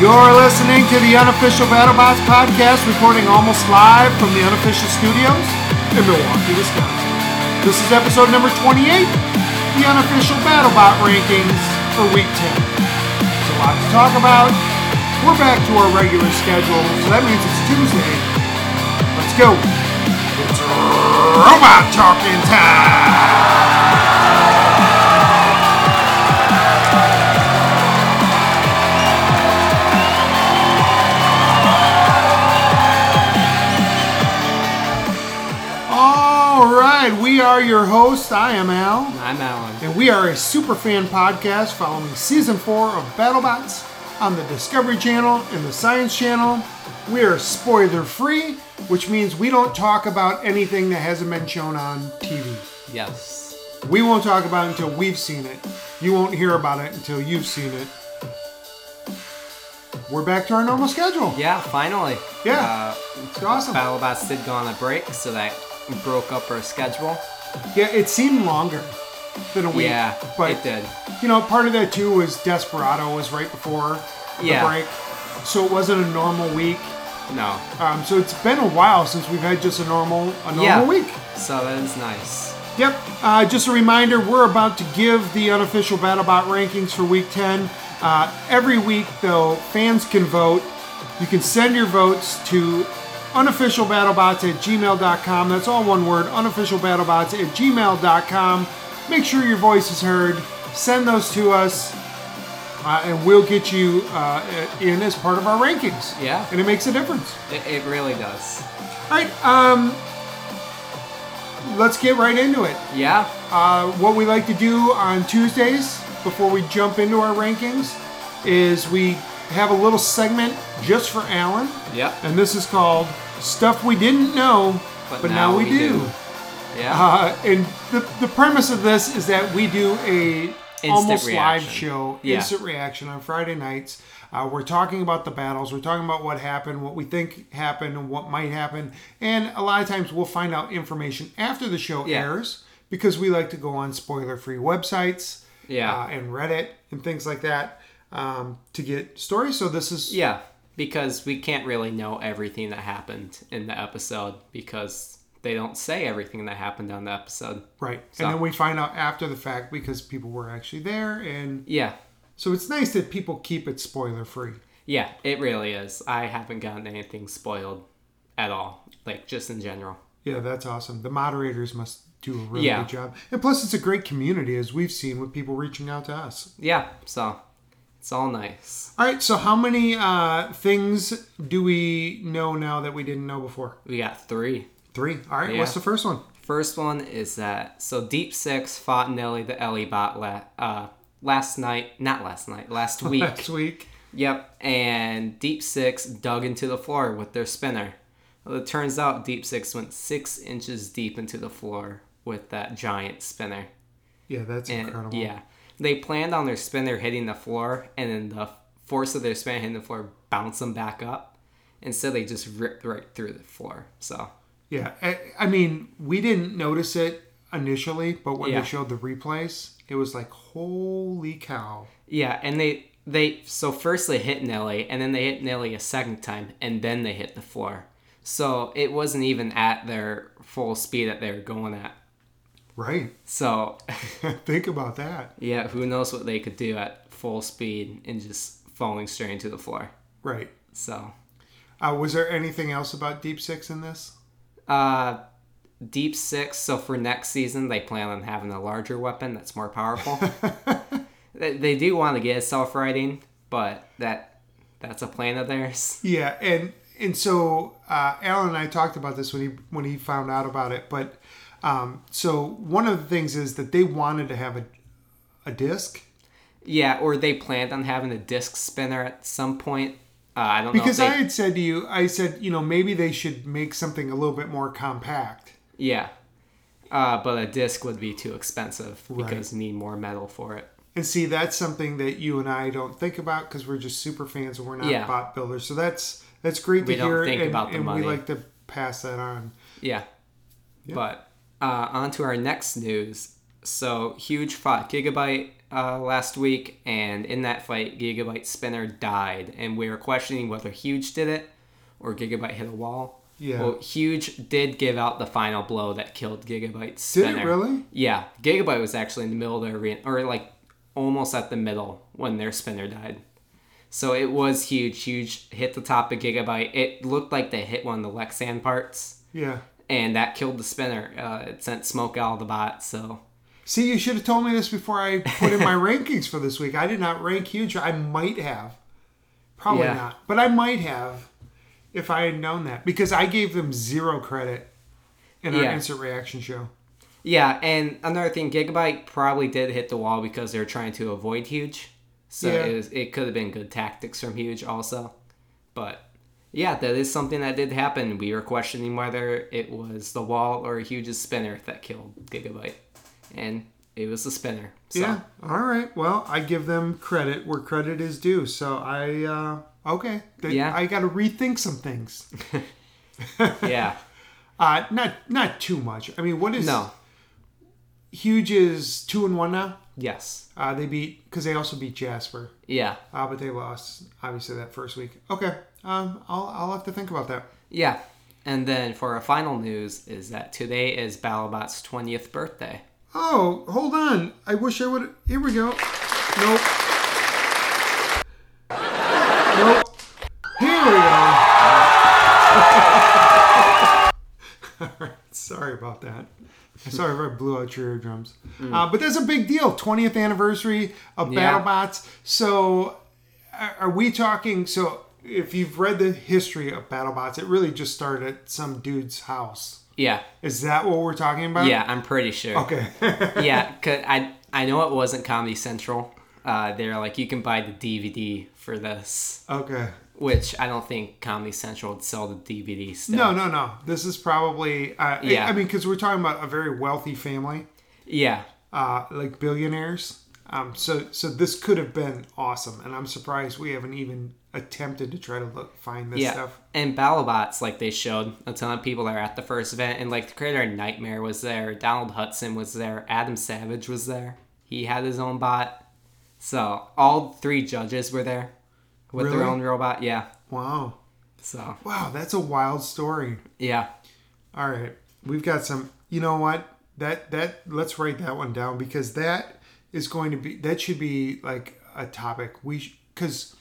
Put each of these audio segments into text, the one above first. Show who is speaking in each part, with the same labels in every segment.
Speaker 1: You're listening to the unofficial BattleBots podcast, recording almost live from the unofficial studios in Milwaukee, Wisconsin. This is episode number 28, the unofficial BattleBot rankings for week 10. There's a lot to talk about. We're back to our regular schedule, so that means it's Tuesday. Let's go. It's robot talking time. All right, we are your hosts. I am Al.
Speaker 2: I'm Alan.
Speaker 1: And we are a super fan podcast following season four of BattleBots on the Discovery Channel and the Science Channel. We are spoiler free, which means we don't talk about anything that hasn't been shown on TV.
Speaker 2: Yes.
Speaker 1: We won't talk about it until we've seen it. You won't hear about it until you've seen it. We're back to our normal schedule.
Speaker 2: Yeah, finally.
Speaker 1: Yeah.
Speaker 2: Uh,
Speaker 1: It's awesome.
Speaker 2: BattleBots did go on a break, so that broke up our schedule.
Speaker 1: Yeah, it seemed longer than a week.
Speaker 2: yeah,
Speaker 1: but
Speaker 2: it did.
Speaker 1: You know, part of that too was Desperado was right before the
Speaker 2: Yeah.
Speaker 1: break, so it wasn't a normal week.
Speaker 2: No.
Speaker 1: Um, so it's been a while since we've had just a normal a normal
Speaker 2: yeah.
Speaker 1: week.
Speaker 2: So that is nice.
Speaker 1: Yep. Uh, just a reminder, we're about to give the unofficial BattleBot rankings for Week 10. Uh, every week, though, fans can vote. You can send your votes to unofficialbattlebots at gmail.com. That's all one word, unofficialbattlebots at gmail.com. Make sure your voice is heard. Send those to us, uh, and we'll get you uh, in as part of our rankings.
Speaker 2: Yeah.
Speaker 1: And it makes a difference.
Speaker 2: It, it really does.
Speaker 1: All right, um, let's get right into it.
Speaker 2: Yeah.
Speaker 1: Uh, what we like to do on Tuesdays before we jump into our rankings is we have a little segment just for Alan,
Speaker 2: Yep.
Speaker 1: and this is called Stuff We Didn't Know, But, Now, We, Do.
Speaker 2: Yeah.
Speaker 1: Uh, and the, the premise of this is that we do a almost live
Speaker 2: reaction.
Speaker 1: show,
Speaker 2: Yeah.
Speaker 1: instant reaction on Friday nights. Uh, we're talking about the battles, we're talking about what happened, what we think happened, and what might happen. And a lot of times we'll find out information after the show
Speaker 2: Yeah.
Speaker 1: airs because we like to go on spoiler free websites
Speaker 2: Yeah.
Speaker 1: uh, and Reddit and things like that um, to get stories. So this is
Speaker 2: yeah. Because we can't really know everything that happened in the episode because they don't say everything that happened on the episode.
Speaker 1: right.
Speaker 2: So-
Speaker 1: And then we find out after the fact because people were actually there. And
Speaker 2: Yeah.
Speaker 1: so it's nice that people keep it spoiler free.
Speaker 2: Yeah, it really is. I haven't gotten anything spoiled at all. Like just in general.
Speaker 1: Yeah, that's awesome. The moderators must do a really
Speaker 2: Yeah.
Speaker 1: good job. And plus, it's a great community, as we've seen with people reaching out to us.
Speaker 2: Yeah, so it's all nice.
Speaker 1: All right, so how many uh, things do we know now that we didn't know before?
Speaker 2: We got three.
Speaker 1: Three. All right, what's
Speaker 2: Yeah.
Speaker 1: the first one?
Speaker 2: First one is that so Deep Six fought Nelly the Ellie bot la- uh, last night, not last night, last week.
Speaker 1: Next week.
Speaker 2: Yep, and Deep Six dug into the floor with their spinner. Well, it turns out Deep Six went six inches deep into the floor with that giant spinner.
Speaker 1: Yeah, that's
Speaker 2: And-
Speaker 1: incredible.
Speaker 2: Yeah, they planned on their spinner hitting the floor, and then the force of their spinner hitting the floor bounced them back up. Instead, they just ripped right through the floor. So
Speaker 1: Yeah, I, I mean, we didn't notice it initially, but when
Speaker 2: Yeah.
Speaker 1: they showed the replays, it was like, holy cow.
Speaker 2: Yeah, and they they so first they hit Nelly, and then they hit Nelly a second time, and then they hit the floor. So it wasn't even at their full speed that they were going at.
Speaker 1: Right.
Speaker 2: So
Speaker 1: Think about that.
Speaker 2: yeah, who knows what they could do at full speed and just falling straight into the floor.
Speaker 1: Right.
Speaker 2: So
Speaker 1: Uh, was there anything else about Deep Six in this?
Speaker 2: uh Deep Six, so for next season they plan on having a larger weapon that's more powerful. they, they do want to get it self writing, but that that's a plan of theirs.
Speaker 1: Yeah, and and so uh, Alan and I talked about this when he when he found out about it. But um, so one of the things is that they wanted to have a a disc
Speaker 2: Yeah, or they planned on having a disc spinner at some point. Uh, I don't
Speaker 1: because
Speaker 2: know. If
Speaker 1: I
Speaker 2: they,
Speaker 1: had said to you, I said you know maybe they should make something a little bit more compact.
Speaker 2: yeah, uh, but a disc would be too expensive because you need more metal for it.
Speaker 1: And see, that's something that you and I don't think about because we're just super fans and we're not
Speaker 2: Yeah.
Speaker 1: bot builders. So that's that's great
Speaker 2: We
Speaker 1: to
Speaker 2: don't
Speaker 1: hear,
Speaker 2: think
Speaker 1: and,
Speaker 2: about the
Speaker 1: and
Speaker 2: money.
Speaker 1: we like to pass that on.
Speaker 2: Yeah, but uh, on to our next news. So huge fought gigabyte uh, last week, and in that fight, Gigabyte Spinner died, and we were questioning whether Huge did it or Gigabyte hit a wall.
Speaker 1: Yeah.
Speaker 2: Well, Huge did give out the final blow that killed Gigabyte
Speaker 1: Did
Speaker 2: Spinner.
Speaker 1: it really?
Speaker 2: Yeah, Gigabyte was actually in the middle of the arena, or like almost at the middle when their spinner died. So it was huge. Huge hit the top of Gigabyte. It looked like they hit one of the Lexan parts,
Speaker 1: Yeah.
Speaker 2: and that killed the spinner. Uh, it sent smoke out of the bot. So
Speaker 1: See, you should have told me this before I put in my rankings for this week. I did not rank huge. I might have. Probably
Speaker 2: Yeah.
Speaker 1: not. But I might have if I had known that because I gave them zero credit in our
Speaker 2: Yeah.
Speaker 1: instant reaction show.
Speaker 2: yeah, and another thing, Gigabyte probably did hit the wall because they were trying to avoid huge. So
Speaker 1: Yeah.
Speaker 2: it was, it could have been good tactics from huge also, but. Yeah, that is something that did happen. We were questioning whether it was the wall or Huge's spinner that killed Gigabyte. And it was the spinner. So.
Speaker 1: Yeah. All right. Well, I give them credit where credit is due. So I, uh, okay. Then
Speaker 2: Yeah.
Speaker 1: I got to rethink some things.
Speaker 2: Yeah.
Speaker 1: Uh, not, not too much. I mean, what is
Speaker 2: No.
Speaker 1: huge is two and one now.
Speaker 2: Yes.
Speaker 1: Uh, they beat, cause they also beat Jasper.
Speaker 2: Yeah.
Speaker 1: Uh, but they lost obviously that first week. Okay, um, I'll I'll have to think about that.
Speaker 2: Yeah. And then for our final news is that today is BattleBot's 20th birthday.
Speaker 1: Oh, hold on. I wish I would. Here we go. Nope. Nope. Here we go. Alright, Sorry about that. Sorry if I blew out your eardrums. Uh, but that's a big deal. 20th anniversary of
Speaker 2: Hmm. Yeah.
Speaker 1: BattleBots. So, are, are we talking? So, if you've read the history of BattleBots, it really just started at some dude's house.
Speaker 2: Yeah.
Speaker 1: Is that what we're talking about?
Speaker 2: Yeah, I'm pretty sure.
Speaker 1: Um, Okay.
Speaker 2: Yeah, 'cause I I know it wasn't Comedy Central. Uh, they're like you can buy the DVD for this,
Speaker 1: Okay.
Speaker 2: which I don't think Comedy Central would sell the DVD still.
Speaker 1: No, no, no. This is probably. Uh,
Speaker 2: Yeah.
Speaker 1: I mean, because we're talking about a very wealthy family,
Speaker 2: Yeah.
Speaker 1: uh, like billionaires. Um, so, so this could have been awesome, and I'm surprised we haven't even attempted to try to look find this
Speaker 2: Yeah.
Speaker 1: stuff.
Speaker 2: And BattleBots, like they showed a ton of people that were at the first event, and like the creator of Nightmare was there, Donald Hudson was there, Adam Savage was there. He had his own bot. So all three judges were there with their
Speaker 1: Really?
Speaker 2: own robot. Yeah.
Speaker 1: Wow,
Speaker 2: So
Speaker 1: wow, that's a wild story.
Speaker 2: yeah.
Speaker 1: All right, we've got some. You know what? That that let's write that one down because that is going to be that should be like a topic we because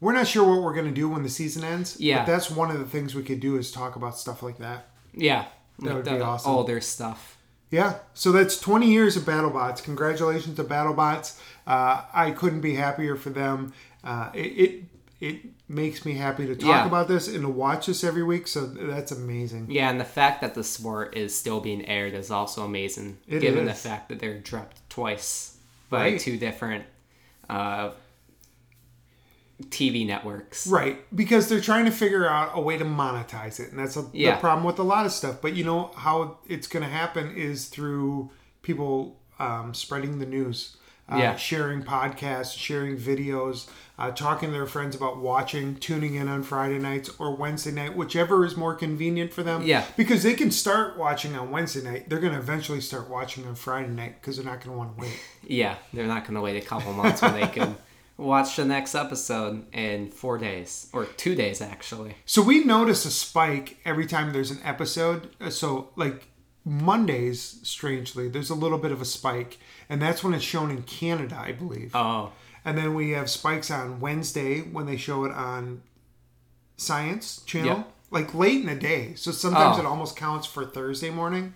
Speaker 1: we're not sure what we're going to do when the season ends.
Speaker 2: Yeah.
Speaker 1: but that's one of the things we could do is talk about stuff like that.
Speaker 2: Yeah. Like
Speaker 1: would
Speaker 2: the
Speaker 1: be awesome.
Speaker 2: older stuff.
Speaker 1: Yeah, so that's 20 years of BattleBots. Congratulations to BattleBots. Uh, I couldn't be happier for them. Uh, it, it it makes me happy to talk
Speaker 2: Yeah.
Speaker 1: about this and to watch this every week. So th- that's amazing.
Speaker 2: Yeah, and the fact that the sport is still being aired is also amazing,
Speaker 1: It
Speaker 2: given
Speaker 1: is.
Speaker 2: the fact that they're dropped twice by
Speaker 1: Right.
Speaker 2: two different uh, TV networks.
Speaker 1: Right, because they're trying to figure out a way to monetize it, and that's a,
Speaker 2: Yeah.
Speaker 1: the problem with a lot of stuff. But you know how it's going to happen is through people um, spreading the news, uh,
Speaker 2: Yeah.
Speaker 1: sharing podcasts, sharing videos, uh, talking to their friends about watching, tuning in on Friday nights or Wednesday night, whichever is more convenient for them.
Speaker 2: Yeah.
Speaker 1: because they can start watching on Wednesday night. They're going to eventually start watching on Friday night because they're not going to want to wait.
Speaker 2: Yeah, they're not going to wait a couple months when they can watch the next episode in four days or two days actually.
Speaker 1: So we notice a spike every time there's an episode. Uh, So like Mondays, strangely, there's a little bit of a spike, and that's when it's shown in Canada, I believe.
Speaker 2: Oh,
Speaker 1: and then we have spikes on Wednesday when they show it on Science Channel,
Speaker 2: Yep.
Speaker 1: like late in the day. So sometimes
Speaker 2: Oh.
Speaker 1: it almost counts for Thursday morning,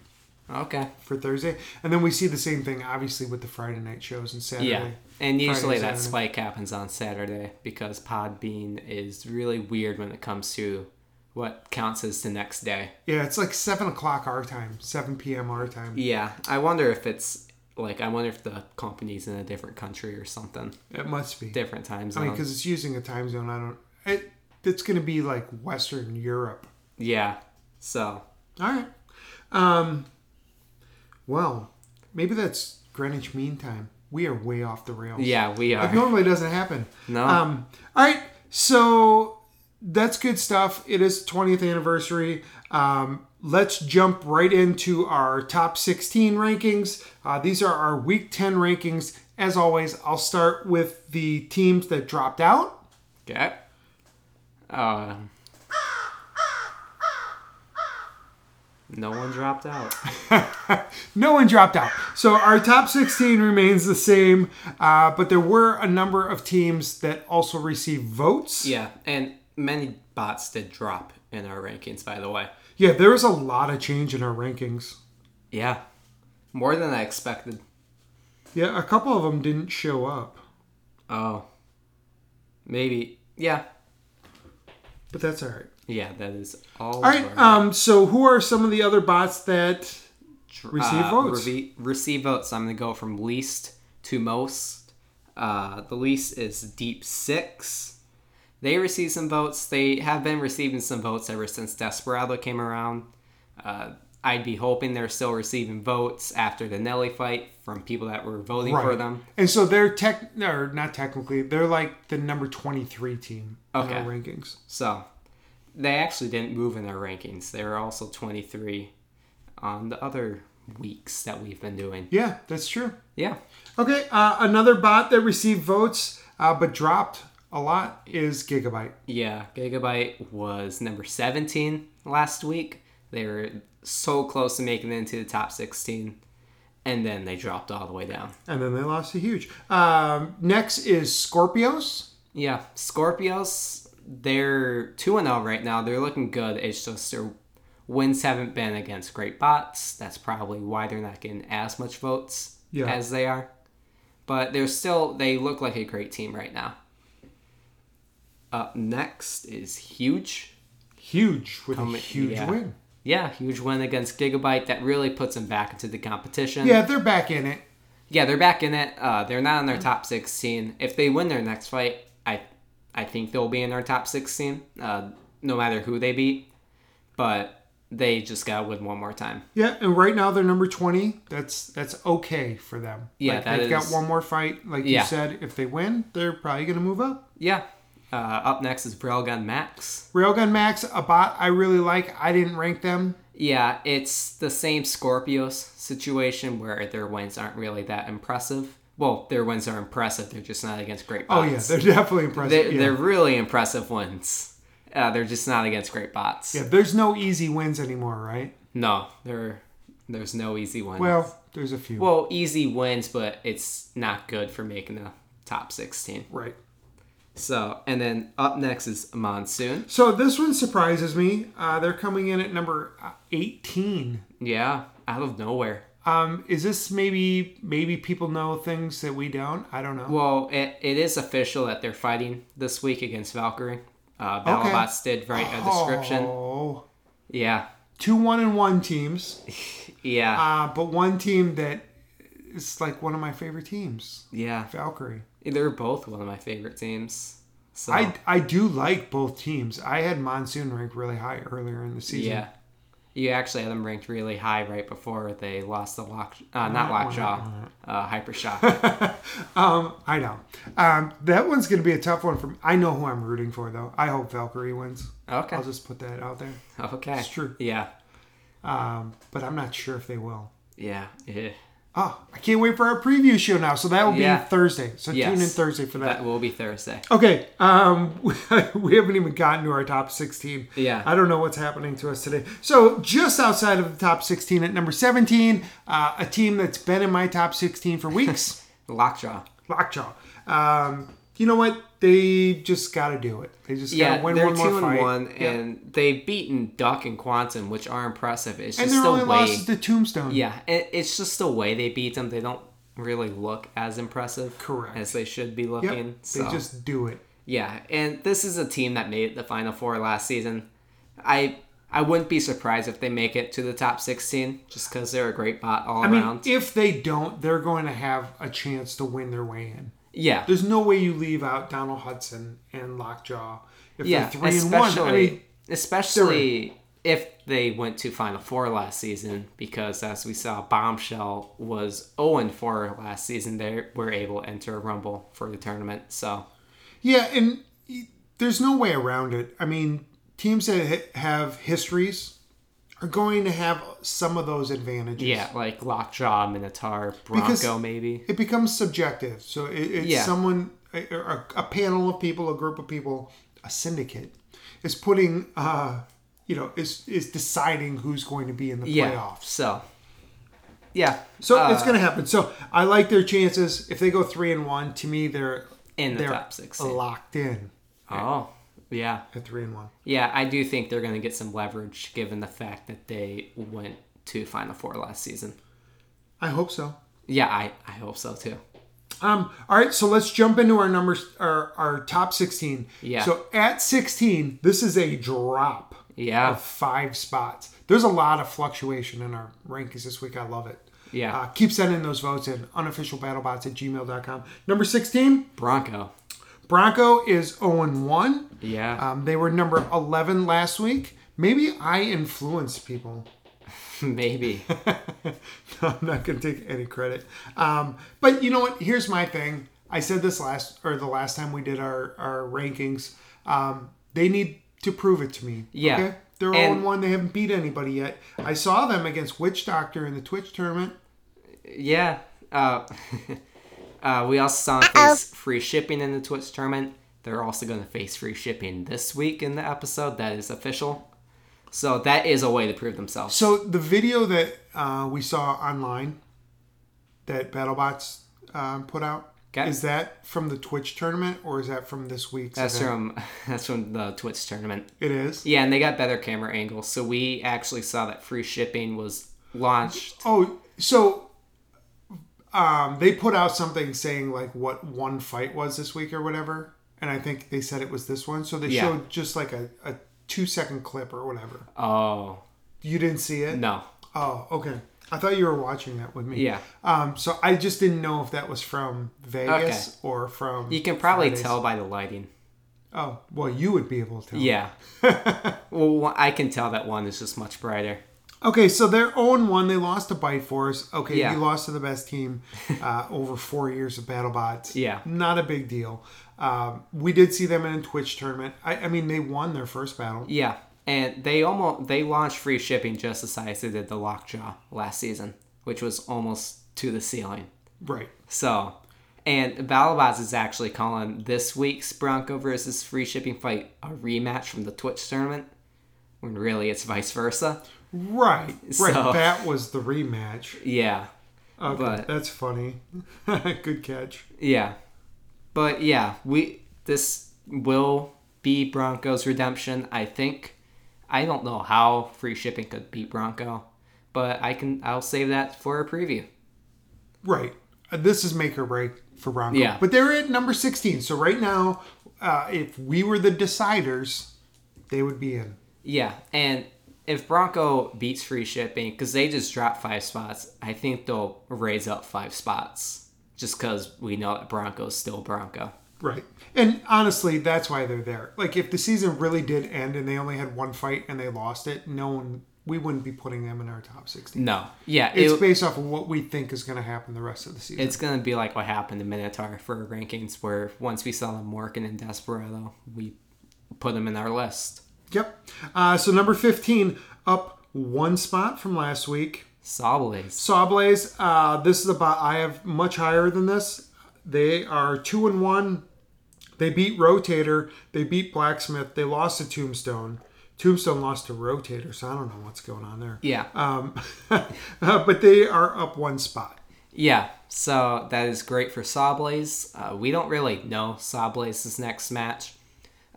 Speaker 2: okay.
Speaker 1: for Thursday, and then we see the same thing obviously with the Friday night shows and Saturday.
Speaker 2: Yeah. And usually
Speaker 1: Fridays,
Speaker 2: that
Speaker 1: Saturday.
Speaker 2: spike happens on Saturday because Podbean is really weird when it comes to what counts as the next day.
Speaker 1: Yeah, it's like seven o'clock our time, seven p.m. our time.
Speaker 2: Yeah, I wonder if it's like I wonder if the company's in a different country or something,
Speaker 1: It must be.
Speaker 2: different time
Speaker 1: I
Speaker 2: zone.
Speaker 1: mean, because it's using a time zone. I don't. It, it's going to be like Western Europe.
Speaker 2: yeah. So,
Speaker 1: All right. Um. Well, maybe that's Greenwich Mean Time. We are way off the rails.
Speaker 2: yeah, Uh-huh. we
Speaker 1: It
Speaker 2: are.
Speaker 1: normally doesn't happen.
Speaker 2: No.
Speaker 1: Um. All right. So that's good stuff. It is 20th anniversary. Um. Let's jump right into our top 16 rankings. Uh, these are our week 10 rankings As always, I'll start with the teams that dropped out.
Speaker 2: Okay. Uh, no one dropped out.
Speaker 1: No one dropped out. So our top 16 remains the same, uh, but there were a number of teams that also received votes.
Speaker 2: Yeah, and many bots did drop in our rankings, by the way.
Speaker 1: Yeah, there was a lot of change in our rankings.
Speaker 2: Yeah, more than I expected.
Speaker 1: Yeah, a couple of them didn't show up,
Speaker 2: Oh, maybe. Yeah,
Speaker 1: but that's all right.
Speaker 2: yeah, that is all.
Speaker 1: All right. Um, so who are some of the other bots that? receive votes.
Speaker 2: Reve- uh, receive votes. I'm gonna go from least to most. Uh, the least is Deep Six. They received some votes. They have been receiving some votes ever since Desperado came around. Uh, I'd be hoping they're still receiving votes after the Nelly fight from people that were voting for
Speaker 1: Right.
Speaker 2: them.
Speaker 1: And so they're tech, or not technically, they're like the number 23 team
Speaker 2: Okay.
Speaker 1: in our rankings.
Speaker 2: So they actually didn't move in their rankings. They were also 23 on the other weeks that we've been doing.
Speaker 1: Yeah, that's true.
Speaker 2: Yeah.
Speaker 1: Okay, uh, another bot that received votes uh, but dropped a lot is Gigabyte.
Speaker 2: Yeah, Gigabyte was number 17 last week. They were so close to making it into the top 16, and then they dropped all the way down.
Speaker 1: And then they lost a huge. Um, next is Scorpios.
Speaker 2: Yeah, Scorpios, they're 2 0 right now. They're looking good. It's just their wins haven't been against great bots. That's probably why they're not getting as much votes
Speaker 1: Yeah.
Speaker 2: as they are. But they're still, they look like a great team right now. Up next is Huge.
Speaker 1: Huge with
Speaker 2: Come-
Speaker 1: a huge
Speaker 2: yeah.
Speaker 1: win.
Speaker 2: Yeah, huge win against Gigabyte that really puts them back into the competition.
Speaker 1: Yeah, they're back in it.
Speaker 2: Yeah, they're back in it. Uh, they're not in their top 16. If they win their next fight, I I think they'll be in their top 16, uh, no matter who they beat. But they just got to win one more time.
Speaker 1: Yeah, and right now they're number 20. That's that's okay for them.
Speaker 2: Yeah,
Speaker 1: like,
Speaker 2: that
Speaker 1: they've got
Speaker 2: is-
Speaker 1: one more fight. Like
Speaker 2: Yeah.
Speaker 1: you said, if they win, they're probably going to move up.
Speaker 2: Yeah. Uh, up next is Brailgun Max.
Speaker 1: Railgun Max, a bot I really like. I didn't rank them.
Speaker 2: Yeah, it's the same Scorpios situation where their wins aren't really that impressive. Well, their wins are impressive. They're just not against great
Speaker 1: Oh
Speaker 2: bots.
Speaker 1: yeah, they're definitely impressive.
Speaker 2: They're,
Speaker 1: yeah.
Speaker 2: they're really impressive wins. Uh, they're just not against great bots.
Speaker 1: yeah, there's no easy wins anymore, right?
Speaker 2: No, there, there's no easy wins.
Speaker 1: Well, there's a few.
Speaker 2: Well, easy wins, but it's not good for making the top 16.
Speaker 1: right.
Speaker 2: So, and then up next is Monsoon.
Speaker 1: So this one surprises me. Uh, they're coming in at number uh, 18.
Speaker 2: Yeah, out of nowhere.
Speaker 1: Um, is this maybe maybe people know things that we don't? I don't know.
Speaker 2: Well, it, it is official that they're fighting this week against Valkyrie. Uh,
Speaker 1: Okay.
Speaker 2: BattleBots did write a description.
Speaker 1: Oh,
Speaker 2: Yeah,
Speaker 1: two one and one teams,
Speaker 2: yeah,
Speaker 1: uh, but one team that is like one of my favorite teams,
Speaker 2: yeah.
Speaker 1: Valkyrie.
Speaker 2: They're both one of my favorite teams. So,
Speaker 1: I, I do like both teams. I had Monsoon rank really high earlier in the season.
Speaker 2: Yeah. You actually had them ranked really high right before they lost the lock, uh, not lockjaw, uh, hypershock.
Speaker 1: Um, I know. Um, that one's going to be a tough one for me. I know who I'm rooting for, though. I hope Valkyrie wins.
Speaker 2: Okay,
Speaker 1: I'll just put that out there.
Speaker 2: okay,
Speaker 1: It's true.
Speaker 2: Yeah,
Speaker 1: Um, but I'm not sure if they will.
Speaker 2: yeah, yeah.
Speaker 1: Oh, I can't wait for our preview show now. So that will
Speaker 2: Yeah.
Speaker 1: be Thursday. So tune in
Speaker 2: Yes.
Speaker 1: Thursday for that.
Speaker 2: That will be Thursday.
Speaker 1: Okay. Um, we haven't even gotten to our top 16.
Speaker 2: Yeah.
Speaker 1: I don't know what's happening to us today. So just outside of the top 16 at number 17, uh, a team that's been in my top 16 for weeks.
Speaker 2: Lockjaw.
Speaker 1: Lockjaw. Um, you know what? They just got to do it. They just got
Speaker 2: Yeah,
Speaker 1: to win
Speaker 2: they're
Speaker 1: one more
Speaker 2: two
Speaker 1: fight.
Speaker 2: and one,
Speaker 1: Yeah.
Speaker 2: and they've beaten Duck and Quantum, which are impressive. It's
Speaker 1: and
Speaker 2: just
Speaker 1: their
Speaker 2: the
Speaker 1: only
Speaker 2: way.
Speaker 1: loss is to Tombstone.
Speaker 2: yeah, it, it's just the way they beat them. They don't really look as impressive,
Speaker 1: Correct.
Speaker 2: as they should be
Speaker 1: Yep.
Speaker 2: looking. so.
Speaker 1: They just do it.
Speaker 2: Yeah, and this is a team that made the final four last season. I I wouldn't be surprised if they make it to the top sixteen, just because they're a great bot all
Speaker 1: I mean,
Speaker 2: around.
Speaker 1: if they don't, they're going to have a chance to win their way in.
Speaker 2: yeah,
Speaker 1: There's no way you leave out Donald Hudson and Lockjaw. If
Speaker 2: yeah,
Speaker 1: they're three and one,
Speaker 2: especially
Speaker 1: I mean,
Speaker 2: especially if they went to final four last season, because as we saw, Bombshell was zero and four last season. They were able to enter a rumble for the tournament, so
Speaker 1: yeah, and y- there's no way around it. I mean, teams that ha- have histories are are going to have some of those advantages.
Speaker 2: Yeah, like Lockjaw, Minotaur, Bronco,
Speaker 1: Because-
Speaker 2: maybe.
Speaker 1: It becomes subjective. So it, it's
Speaker 2: Yeah.
Speaker 1: someone, a, a, a panel of people, a group of people, a syndicate is putting, uh, you know, is is deciding who's going to be in the
Speaker 2: Yeah.
Speaker 1: playoffs.
Speaker 2: So, yeah.
Speaker 1: So
Speaker 2: uh,
Speaker 1: it's going to happen. So I like their chances. If they go three and one, to me they're
Speaker 2: in the
Speaker 1: they're
Speaker 2: top six. seed.
Speaker 1: locked in
Speaker 2: Oh, yeah.
Speaker 1: at three and one.
Speaker 2: Yeah, I do think they're going to get some leverage given the fact that they went to Final Four last season.
Speaker 1: I hope so.
Speaker 2: Yeah, I, I hope so too.
Speaker 1: Um, all right, so let's jump into our numbers, our, our top 16.
Speaker 2: Yeah.
Speaker 1: So at 16, this is a drop
Speaker 2: Yeah,
Speaker 1: of five spots. There's a lot of fluctuation in our rankings this week. I love it.
Speaker 2: yeah.
Speaker 1: Uh, keep sending those votes in unofficialbattlebots at gmail.com. Number 16,
Speaker 2: Bronco.
Speaker 1: Bronco is 0 1.
Speaker 2: Yeah,
Speaker 1: Um, they were number 11 last week. Maybe I influenced people.
Speaker 2: maybe.
Speaker 1: I'm not going to take any credit. Um, but you know what? Here's my thing. I said this last or the last time we did our our rankings. Um, they need to prove it to me.
Speaker 2: Yeah.
Speaker 1: They're
Speaker 2: And-
Speaker 1: and, one. They haven't beat anybody yet. I saw them against Witch Doctor in the Twitch tournament.
Speaker 2: Yeah. Uh, uh, we also saw them face free shipping in the Twitch tournament. They're also going to face free shipping this week in the episode. That is official. So that is a way to prove themselves.
Speaker 1: So the video that uh, we saw online that BattleBots um, put out
Speaker 2: Okay.
Speaker 1: is that from the Twitch tournament or is that from this week's?
Speaker 2: That's
Speaker 1: event?
Speaker 2: from that's from the Twitch tournament.
Speaker 1: It is.
Speaker 2: Yeah, and they got better camera angles. So we actually saw that free shipping was launched.
Speaker 1: Oh, so um, they put out something saying like what one fight was this week or whatever, and I think they said it was this one. So they
Speaker 2: Yeah.
Speaker 1: showed just like a, a two second clip or whatever.
Speaker 2: Oh
Speaker 1: You didn't see it?
Speaker 2: no.
Speaker 1: Oh, okay. I thought you were watching that with me.
Speaker 2: Yeah.
Speaker 1: Um, so I just didn't know if that was from Vegas or from.
Speaker 2: You can probably
Speaker 1: Fridays.
Speaker 2: tell by the lighting.
Speaker 1: Oh, well, you would be able to. tell.
Speaker 2: Yeah. well, one- I can tell that one is just much brighter.
Speaker 1: Okay, so they're 0 1. They lost to Bite Force. Okay,
Speaker 2: Yeah.
Speaker 1: you lost to the best team uh, over four years of BattleBots.
Speaker 2: Yeah.
Speaker 1: Not a big deal. Um, we did see them in a Twitch tournament. I, I mean, they won their first battle.
Speaker 2: Yeah, and they almost they launched free shipping just as high as they did the lockjaw last season, which was almost to the ceiling.
Speaker 1: Right.
Speaker 2: So, and Balabaz is actually calling this week's Bronco versus free shipping fight a rematch from the Twitch tournament, when really it's vice versa.
Speaker 1: Right. Right.
Speaker 2: So-
Speaker 1: That was the rematch.
Speaker 2: Yeah,
Speaker 1: Okay,
Speaker 2: But-
Speaker 1: that's funny. Good catch.
Speaker 2: yeah, but yeah, we this will be Bronco's redemption. I think. I don't know how free shipping could beat Bronco, but I can. I'll save that for a preview.
Speaker 1: Right. Uh, This is make or break for Bronco.
Speaker 2: Yeah.
Speaker 1: But they're at number 16. So right now, uh, if we were the deciders, they would be in.
Speaker 2: Yeah, and if Bronco beats free shipping, because they just dropped five spots, I think they'll raise up five spots just because we know that Bronco's still Bronco.
Speaker 1: Right. And honestly, that's why they're there. Like if the season really did end and they only had one fight and they lost it, no one we wouldn't be putting them in our top 16.
Speaker 2: No, yeah,
Speaker 1: It's
Speaker 2: it,
Speaker 1: based off of what we think is going to happen the rest of the season.
Speaker 2: it's gonna be like what happened to Minotaur for rankings, where once we saw them working in Desperado, we put them in our list.
Speaker 1: yep. Uh, so number 15 up one spot from last week.
Speaker 2: Sawblaze.
Speaker 1: Sawblaze, uh, this is about I have much higher than this. They are 2 and 1. They beat Rotator, they beat Blacksmith, they lost to Tombstone. Tombstone lost to Rotator, so I don't know what's going on there.
Speaker 2: Yeah,
Speaker 1: Um, but they are up one spot.
Speaker 2: yeah. So that is great for Sawblaze. Uh, we don't really know Sawblaze's next match.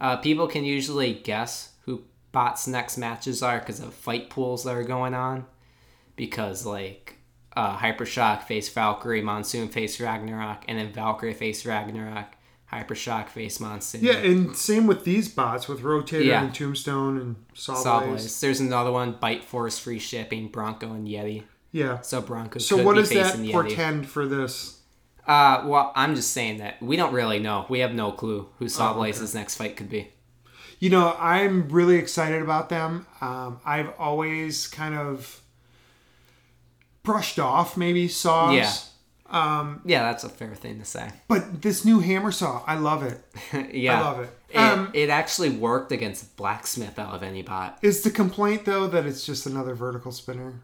Speaker 2: Uh, people can usually guess who bots' next matches are because of fight pools that are going on. Because like uh, Hypershock face Valkyrie, Monsoon face Ragnarok, and then Valkyrie face Ragnarok, Hypershock face Monsoon.
Speaker 1: Yeah, and same with these bots with Rotator
Speaker 2: Yeah.
Speaker 1: and Tombstone and Sawblaze.
Speaker 2: Sawblaze. There's another one, Bite Force, Free Shipping, Bronco, and Yeti.
Speaker 1: Yeah.
Speaker 2: So Bronco
Speaker 1: So
Speaker 2: could
Speaker 1: what
Speaker 2: be
Speaker 1: does that
Speaker 2: facing Yeti.
Speaker 1: portend for this?
Speaker 2: Uh, well, I'm just saying that we don't really know. We have no clue
Speaker 1: Oh,
Speaker 2: who Sawblaze's next fight could be.
Speaker 1: You know, I'm really excited about them. Um, I've always kind of brushed off maybe saws.
Speaker 2: Yeah. Yeah, that's a fair thing to say.
Speaker 1: But this new hammer saw, I love it.
Speaker 2: yeah,
Speaker 1: I love it.
Speaker 2: It,
Speaker 1: Um,
Speaker 2: it actually worked against blacksmith out of any bot.
Speaker 1: Is the complaint though that it's just another vertical spinner?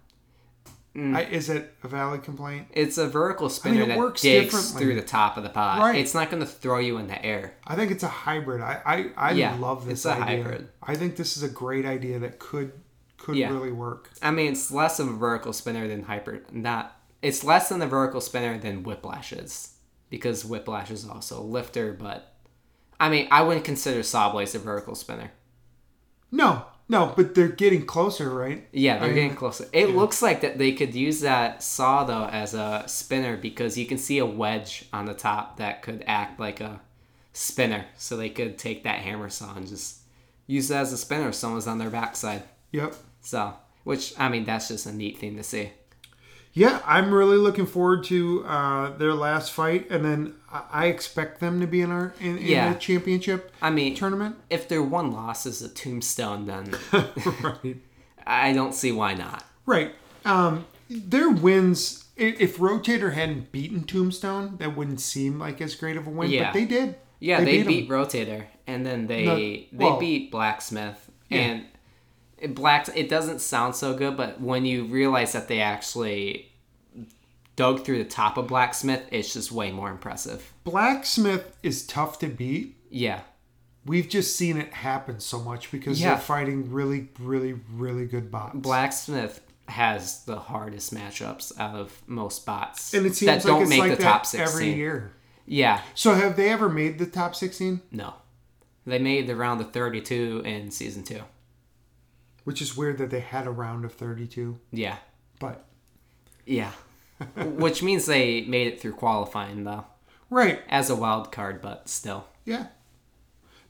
Speaker 2: Mm.
Speaker 1: I, is it a valid complaint?
Speaker 2: It's a vertical spinner
Speaker 1: it
Speaker 2: that
Speaker 1: works
Speaker 2: digs
Speaker 1: differently.
Speaker 2: through the top of the pot.
Speaker 1: Right.
Speaker 2: It's not going to throw you in the air.
Speaker 1: I think it's a hybrid. I I, I
Speaker 2: Yeah,
Speaker 1: love this
Speaker 2: it's a
Speaker 1: idea.
Speaker 2: hybrid.
Speaker 1: I think this is a great idea that could could
Speaker 2: Yeah.
Speaker 1: really work.
Speaker 2: I mean, it's less of a vertical spinner than hyper. Not. It's less than a vertical spinner than whiplash is, because whiplash is also a lifter. But I mean, I wouldn't consider sawblaze a vertical spinner.
Speaker 1: No, no, but they're getting closer, right?
Speaker 2: Yeah, they're
Speaker 1: I-
Speaker 2: getting closer. It looks like that they could use that saw though as a spinner because you can see a wedge on the top that could act like a spinner. So they could take that hammer saw and just use that as a spinner if someone's on their backside.
Speaker 1: Yep.
Speaker 2: So, which I mean, that's just a neat thing to see.
Speaker 1: Yeah, I'm really looking forward to uh, their last fight, and then I I expect them to be in our in, in
Speaker 2: Yeah.
Speaker 1: the championship
Speaker 2: I mean,
Speaker 1: tournament.
Speaker 2: if their one loss is a tombstone, then
Speaker 1: right.
Speaker 2: I don't see why not.
Speaker 1: Right. Um, their wins. i- If Rotator hadn't beaten Tombstone, that wouldn't seem like as great of a win.
Speaker 2: Yeah.
Speaker 1: But they did.
Speaker 2: Yeah, they,
Speaker 1: beat 'em.
Speaker 2: beat, Rotator, and then they
Speaker 1: No,
Speaker 2: they
Speaker 1: well-
Speaker 2: beat Blacksmith, and it Black. It doesn't sound so good, but when you realize that they actually dug through the top of Blacksmith, it's just way more impressive.
Speaker 1: Blacksmith is tough to beat.
Speaker 2: Yeah,
Speaker 1: We've just seen it happen so much because
Speaker 2: Yeah.
Speaker 1: they're fighting really, really, really good bots.
Speaker 2: Blacksmith has the hardest matchups out of most bots
Speaker 1: and it seems
Speaker 2: that
Speaker 1: like
Speaker 2: don't
Speaker 1: it's
Speaker 2: make
Speaker 1: like
Speaker 2: the
Speaker 1: that
Speaker 2: top
Speaker 1: every
Speaker 2: sixteen.
Speaker 1: year.
Speaker 2: Yeah,
Speaker 1: So have they ever made the top sixteen?
Speaker 2: no, they made the round of thirty-two in season two.
Speaker 1: Which is weird that they had a round of thirty-two,
Speaker 2: Yeah,
Speaker 1: but
Speaker 2: yeah, which means they made it through qualifying though.
Speaker 1: right.
Speaker 2: as a wild card, but still.
Speaker 1: Yeah.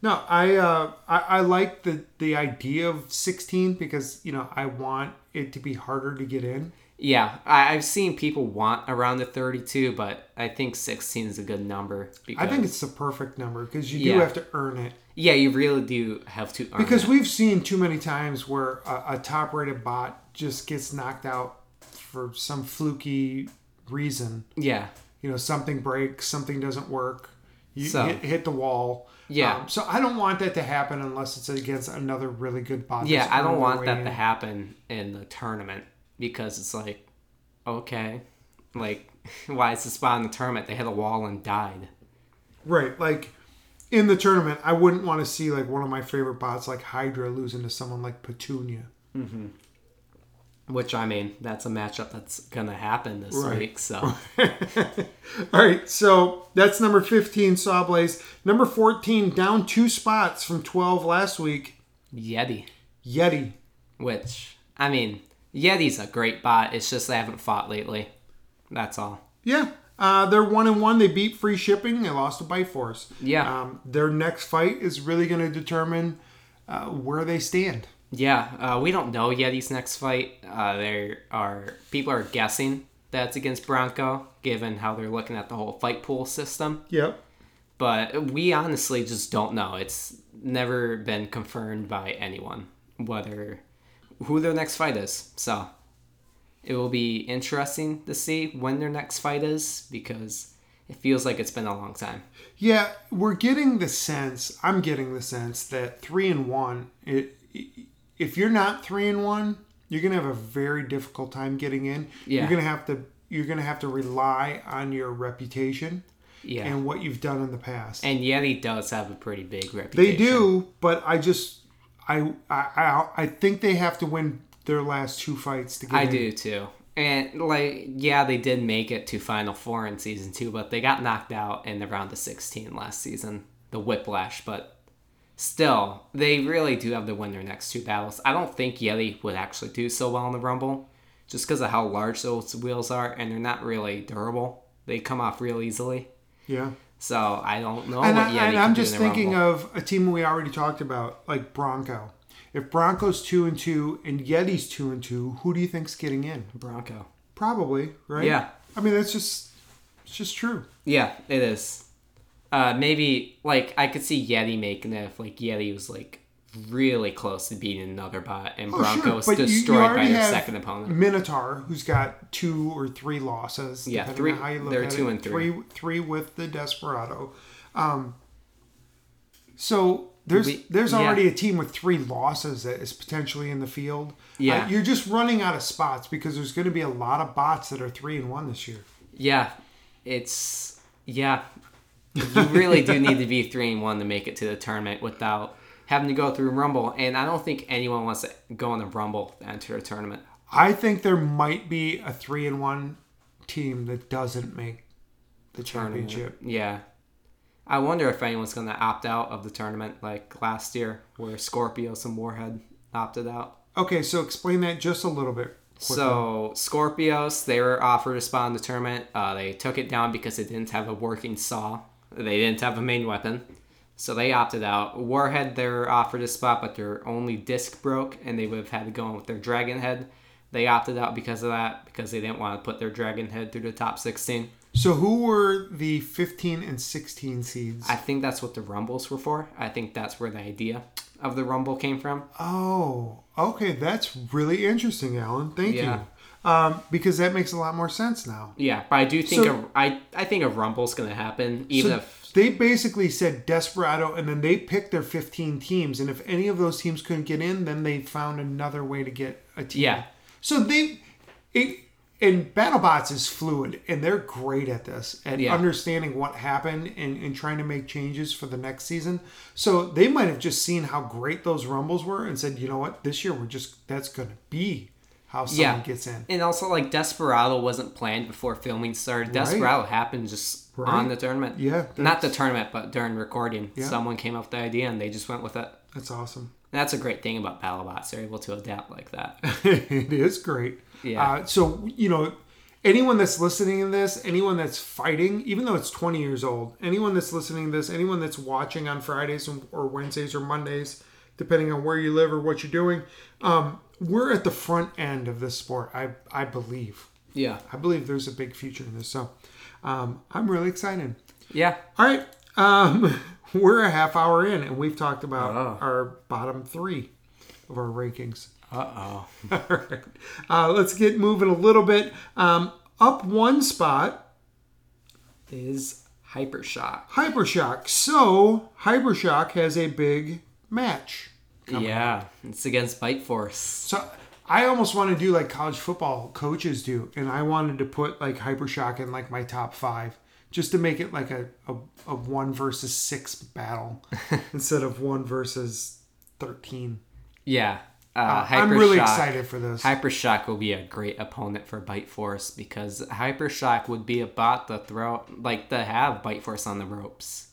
Speaker 1: No, I uh, I, I like the the idea of sixteen because you know I want it to be harder to get in.
Speaker 2: Yeah, I, I've seen people want around the 32, but I think 16 is a good number. Because,
Speaker 1: I think it's the perfect number because you do
Speaker 2: Yeah.
Speaker 1: have to earn it.
Speaker 2: yeah, you really do have to earn
Speaker 1: Because
Speaker 2: it.
Speaker 1: we've seen too many times where a, a top rated bot just gets knocked out for some fluky reason.
Speaker 2: yeah,
Speaker 1: You know, something breaks, something doesn't work, you
Speaker 2: So-
Speaker 1: hit, hit the wall.
Speaker 2: Yeah.
Speaker 1: Um, so I don't want that to happen unless it's against another really good bot.
Speaker 2: yeah,
Speaker 1: that's
Speaker 2: I don't
Speaker 1: earned
Speaker 2: want
Speaker 1: their way
Speaker 2: that to
Speaker 1: in.
Speaker 2: happen in the tournament because it's like, okay, like why is the spot in the tournament? They hit a wall and died.
Speaker 1: Right. Like in the tournament, I wouldn't want to see like one of my favorite bots like Hydra losing to someone like Petunia.
Speaker 2: Which I mean, that's a matchup that's gonna happen this
Speaker 1: Right.
Speaker 2: week. So
Speaker 1: All right, so that's number 15, Sawblaze. Number 14, down two spots from 12 last week,
Speaker 2: Yeti,
Speaker 1: Yeti.
Speaker 2: which I mean, Yeti's a great bot. It's just they haven't fought lately. That's all.
Speaker 1: Yeah, uh, they're one and one. They beat free shipping. They lost to Bite Force.
Speaker 2: Yeah.
Speaker 1: Um, their next fight is really going to determine uh, where they stand.
Speaker 2: Yeah, uh, we don't know Yeti's next fight. Uh, there are people are guessing that's against Bronco, given how they're looking at the whole fight pool system.
Speaker 1: Yep.
Speaker 2: But we honestly just don't know. It's never been confirmed by anyone whether who their next fight is. So it will be interesting to see when their next fight is because it feels like it's been a long time.
Speaker 1: Yeah, we're getting the sense. I'm getting the sense that three and one. It, if you're not three and one, you're gonna have a very difficult time getting in.
Speaker 2: Yeah.
Speaker 1: You're gonna have to. You're gonna have to rely on your reputation
Speaker 2: Yeah, and,
Speaker 1: and what you've done in the past.
Speaker 2: Yeti does have a pretty big reputation.
Speaker 1: they do, but I just, I, I, I, I think they have to win their last two fights to get
Speaker 2: I
Speaker 1: in.
Speaker 2: do too. And like, yeah, they did make it to Final Four in season two, but they got knocked out in the round of sixteen last season, the Whiplash. But still, they really do have to win their next two battles. I don't think Yeti would actually do so well in the Rumble, just because of how large those wheels are, and they're not really durable. They come off real easily.
Speaker 1: Yeah.
Speaker 2: So I don't know
Speaker 1: And,
Speaker 2: what
Speaker 1: I,
Speaker 2: Yeti
Speaker 1: and
Speaker 2: Oh, can
Speaker 1: I'm
Speaker 2: do
Speaker 1: just
Speaker 2: in the
Speaker 1: thinking
Speaker 2: Rumble.
Speaker 1: of a team we already talked about, like Bronco. If Broncos two and two and Yeti's two and two, who do you think's getting in?
Speaker 2: Bronco.
Speaker 1: Probably, right?
Speaker 2: Yeah.
Speaker 1: I mean, that's just, it's just true.
Speaker 2: Yeah, it is. Uh, maybe like I could see Yeti making it if like Yeti was like really close to beating another bot, and
Speaker 1: Oh, sure,
Speaker 2: Broncos
Speaker 1: but you- you
Speaker 2: destroyed by
Speaker 1: already
Speaker 2: their
Speaker 1: have
Speaker 2: second opponent.
Speaker 1: Minotaur, who's got two or three losses.
Speaker 2: Yeah,
Speaker 1: depending
Speaker 2: three-
Speaker 1: On how you look
Speaker 2: they're
Speaker 1: at
Speaker 2: two
Speaker 1: it.
Speaker 2: and three.
Speaker 1: three. Three with the Desperado. Um, so there's
Speaker 2: We-
Speaker 1: there's
Speaker 2: yeah.
Speaker 1: already a team with three losses that is potentially in the field. Uh,
Speaker 2: Yeah.
Speaker 1: you're just running out of spots because there's going to be a lot of bots that are three and one this year.
Speaker 2: Yeah, it's yeah. You really do need to be three and one to make it to the tournament without having to go through Rumble, and I don't think anyone wants to go on a Rumble to enter a tournament.
Speaker 1: I think there might be a three and one team that doesn't make the championship.
Speaker 2: Yeah. I wonder if anyone's going to opt out of the tournament like last year where Scorpios and Warhead opted out.
Speaker 1: Okay, so explain that just a little bit.
Speaker 2: So Scorpios, they were offered a spot in the tournament. Uh, they took it down because they didn't have a working saw. They didn't have a main weapon, so they opted out. Warhead, they were offered a spot, but their only disc broke, and they would have had to go in with their dragon head. They opted out because of that because they didn't want to put their dragon head through the top sixteen.
Speaker 1: So who were the 15 and 16 seeds?
Speaker 2: I think that's what the rumbles were for. I think that's where the idea of the rumble came from.
Speaker 1: Oh, okay. That's really interesting, Alan. Thank
Speaker 2: Yeah.
Speaker 1: you. Um, because that makes a lot more sense now.
Speaker 2: Yeah, but I do think
Speaker 1: So-
Speaker 2: a, I I think a rumble's gonna happen even
Speaker 1: So
Speaker 2: if
Speaker 1: they basically said Desperado, and then they picked their 15 teams. And if any of those teams couldn't get in, then they found another way to get a team.
Speaker 2: yeah
Speaker 1: So they, it, and BattleBots is fluid, and they're great at this, at
Speaker 2: Yeah.
Speaker 1: understanding what happened and, and trying to make changes for the next season. So they might have just seen how great those rumbles were and said, you know what, this year we're just that's going to be how someone
Speaker 2: Yeah.
Speaker 1: gets in.
Speaker 2: And also, like Desperado wasn't planned before filming started. Desperado happened just on
Speaker 1: Right.
Speaker 2: the tournament.
Speaker 1: Yeah,
Speaker 2: not the tournament, but during recording,
Speaker 1: Yeah.
Speaker 2: someone came up with the idea and they just went with it.
Speaker 1: That's awesome.
Speaker 2: And that's a great thing about BattleBots; they're able to adapt like that.
Speaker 1: it is great.
Speaker 2: Yeah.
Speaker 1: Uh, so you know, anyone that's listening to this, anyone that's fighting, even though it's 20 years old, anyone that's listening to this, anyone that's watching on Fridays or Wednesdays or Mondays, depending on where you live or what you're doing, um, we're at the front end of this sport. I I believe.
Speaker 2: yeah,
Speaker 1: I believe there's a big future in this. So um, I'm really excited.
Speaker 2: yeah,
Speaker 1: All right. Um, we're a half hour in and we've talked about
Speaker 2: Oh.
Speaker 1: our bottom three of our rankings.
Speaker 2: uh oh,
Speaker 1: All right. Uh, let's get moving a little bit. Um, up one spot,
Speaker 2: is Hypershock.
Speaker 1: Hypershock. So, Hypershock has a big match.
Speaker 2: yeah, it's against Bite Force.
Speaker 1: So, I almost want to do like college football coaches do, and I wanted to put like Hypershock in like my top five just to make it like a, a, a one versus six battle instead of one versus 13.
Speaker 2: Yeah, uh,
Speaker 1: I'm really
Speaker 2: Hypershock-
Speaker 1: excited for this.
Speaker 2: Hypershock will be a great opponent for Bite Force because Hypershock would be a bot to throw, like to have Bite Force on the ropes.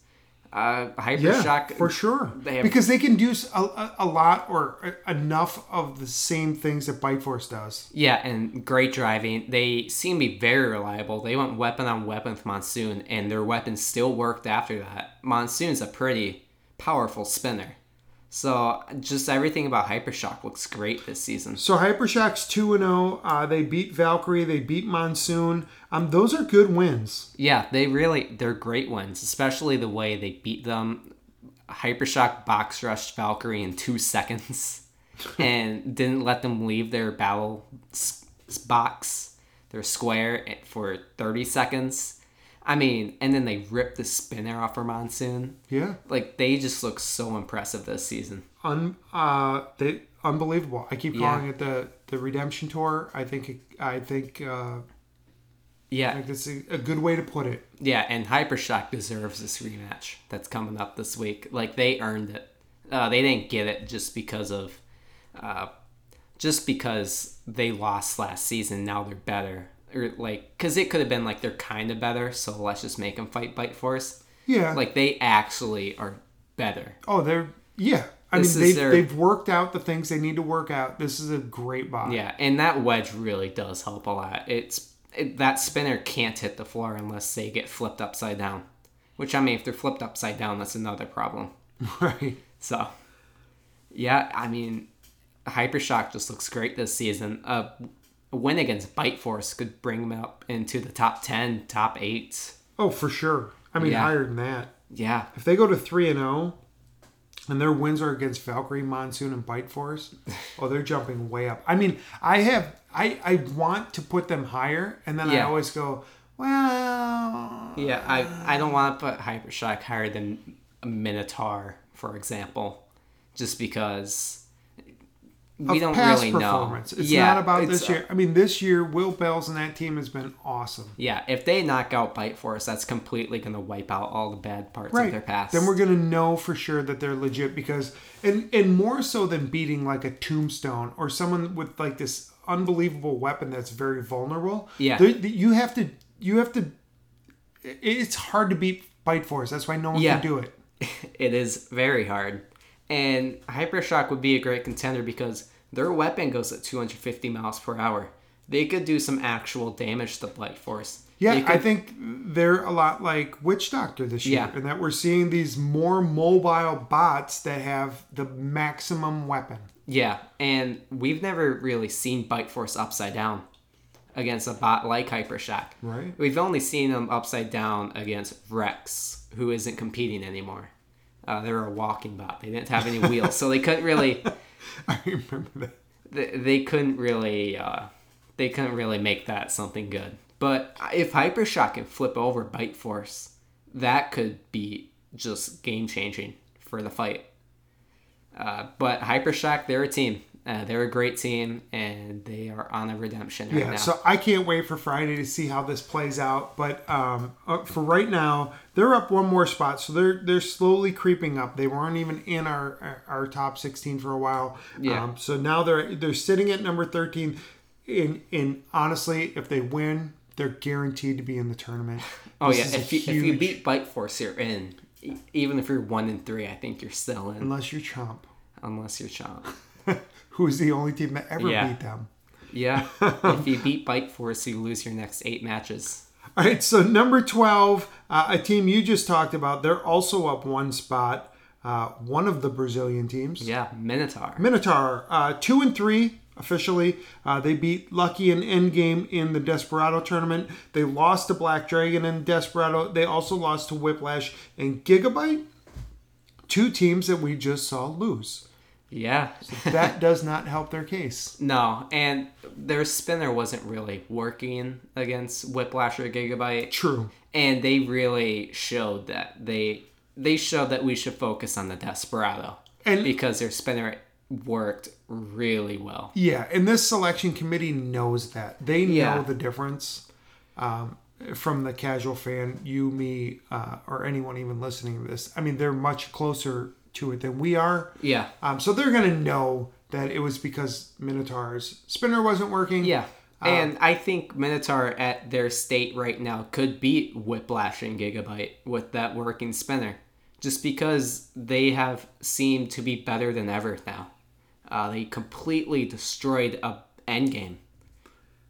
Speaker 2: Uh,
Speaker 1: yeah,
Speaker 2: Hypershock,
Speaker 1: for sure.
Speaker 2: they have-
Speaker 1: because they can do s- a, a- a lot or a- enough of the same things that Bite Force does.
Speaker 2: yeah, and great driving. They seem to be very reliable. They went weapon on weapon with Monsoon, and their weapons still worked after that. Monsoon's a pretty powerful spinner, so just everything about Hypershock looks great this season.
Speaker 1: So Hypershock's two and zero. Uh, They beat Valkyrie. They beat Monsoon. Um, those are good wins.
Speaker 2: Yeah, they really they're great ones, especially the way they beat them. Hypershock box rushed Valkyrie in two seconds, and didn't let them leave their battle s- s- box, their square eh, for thirty seconds. I mean, and then they ripped the spinner off her monsoon.
Speaker 1: Yeah,
Speaker 2: Like they just look so impressive this season.
Speaker 1: un uh, they unbelievable. I keep
Speaker 2: Yeah.
Speaker 1: calling it the the Redemption Tour. I think it, I think uh,
Speaker 2: Yeah,
Speaker 1: that's a, a good way to put it.
Speaker 2: yeah, and Hypershock deserves this rematch that's coming up this week. Like they earned it. Uh, they didn't get it just because of, uh, just because they lost last season. Now they're better, or like, cause it could have been like they're kind of better. So let's just make them fight Bite Force.
Speaker 1: Yeah.
Speaker 2: Like they actually are better.
Speaker 1: oh, they're yeah. I mean,
Speaker 2: This is
Speaker 1: they've,
Speaker 2: their-
Speaker 1: they've worked out the things they need to work out. This is a great bot.
Speaker 2: Yeah, and that wedge really does help a lot. It's it, that spinner can't hit the floor unless they get flipped upside down, which I mean, if they're flipped upside down, that's another problem.
Speaker 1: Right.
Speaker 2: So, yeah, I mean, Hypershock just looks great this season. Uh, a win against Bite Force could bring them up into the top 10, top 8.
Speaker 1: Oh, for sure. I mean,
Speaker 2: Yeah.
Speaker 1: higher than that.
Speaker 2: Yeah,
Speaker 1: If they go to three and zero, oh, and their wins are against Valkyrie, Monsoon, and Bite Force. Oh, they're jumping way up. I mean, I have I I want to put them higher, and then I
Speaker 2: Yeah.
Speaker 1: always go, well,
Speaker 2: Yeah, I I don't want to put Hypershock higher than Minotaur, for example, just because we
Speaker 1: of
Speaker 2: don't
Speaker 1: past
Speaker 2: really know.
Speaker 1: performance. It's not about
Speaker 2: it's- uh,
Speaker 1: this year. I mean, this year Will Bells and that team has been awesome.
Speaker 2: Yeah, if they knock out Bite Force, that's completely going to wipe out all the bad parts of their past.
Speaker 1: Then we're gonna know for sure that they're legit because and and more so than beating like a tombstone or someone with like this unbelievable weapon that's very vulnerable.
Speaker 2: Yeah.
Speaker 1: they- they- you have to you have to. i- It's hard to beat bite force. That's why no one
Speaker 2: Yeah.
Speaker 1: can do it.
Speaker 2: it is very hard. And Hypershock would be a great contender because their weapon goes at 250 miles per hour. They could do some actual damage to Blight Force.
Speaker 1: Yeah,
Speaker 2: They could-
Speaker 1: I think they're a lot like Witch Doctor this year,
Speaker 2: Yeah.
Speaker 1: and that we're seeing these more mobile bots that have the maximum weapon.
Speaker 2: yeah, and we've never really seen Bite Force upside down against a bot like Hypershock.
Speaker 1: Right.
Speaker 2: We've only seen them upside down against Rex, who isn't competing anymore. Uh, they were a walking bot. They didn't have any wheels, so they couldn't really
Speaker 1: I remember that.
Speaker 2: th- they couldn't really uh, they couldn't really make that something good. But if Hypershock can flip over Bite Force, that could be just game changing for the fight. Uh, but Hypershock, they're a team. Uh, they're a great team, and they are on a redemption right
Speaker 1: Yeah,
Speaker 2: now.
Speaker 1: so I can't wait for Friday to see how this plays out. But um, uh, for right now, they're up one more spot, so they're they're slowly creeping up. They weren't even in our our our top sixteen for a while.
Speaker 2: Yeah.
Speaker 1: Um, so now they're they're sitting at number thirteen. In in honestly, if they win, they're guaranteed to be in the tournament.
Speaker 2: oh
Speaker 1: This
Speaker 2: yeah,
Speaker 1: is a
Speaker 2: if you, if you
Speaker 1: huge-
Speaker 2: beat Bite Force, you're in. E- Even if you're one and three, I think you're still in,
Speaker 1: unless you're Chomp,
Speaker 2: unless you're Chomp.
Speaker 1: who is the only team that ever
Speaker 2: Yeah.
Speaker 1: beat them.
Speaker 2: Yeah, if you beat Bite Force, you lose your next eight matches.
Speaker 1: All right, so number 12, uh, a team you just talked about, they're also up one spot, uh, one of the Brazilian teams.
Speaker 2: Yeah, Minotaur.
Speaker 1: Minotaur, uh, two and three officially. Uh, they beat Lucky and Endgame in the Desperado tournament. They lost to Black Dragon and Desperado. They also lost to Whiplash and Gigabyte, two teams that we just saw lose.
Speaker 2: Yeah.
Speaker 1: That does not help their case.
Speaker 2: No, and their spinner wasn't really working against Whiplash or Gigabyte,
Speaker 1: True.
Speaker 2: and they really showed that they they showed that we should focus on the Desperado
Speaker 1: And-
Speaker 2: because their spinner worked really well.
Speaker 1: Yeah, and this selection committee knows that. They know
Speaker 2: Yeah.
Speaker 1: the difference um, from the casual fan, you, me, uh, or anyone even listening to this. I mean, they're much closer to it than we are.
Speaker 2: Yeah.
Speaker 1: Um, so they're going to know that it was because Minotaur's spinner wasn't working.
Speaker 2: Yeah.
Speaker 1: Um,
Speaker 2: And I think Minotaur at their state right now could beat Whiplash and Gigabyte with that working spinner, just because they have seemed to be better than ever now. Uh, they completely destroyed a Endgame.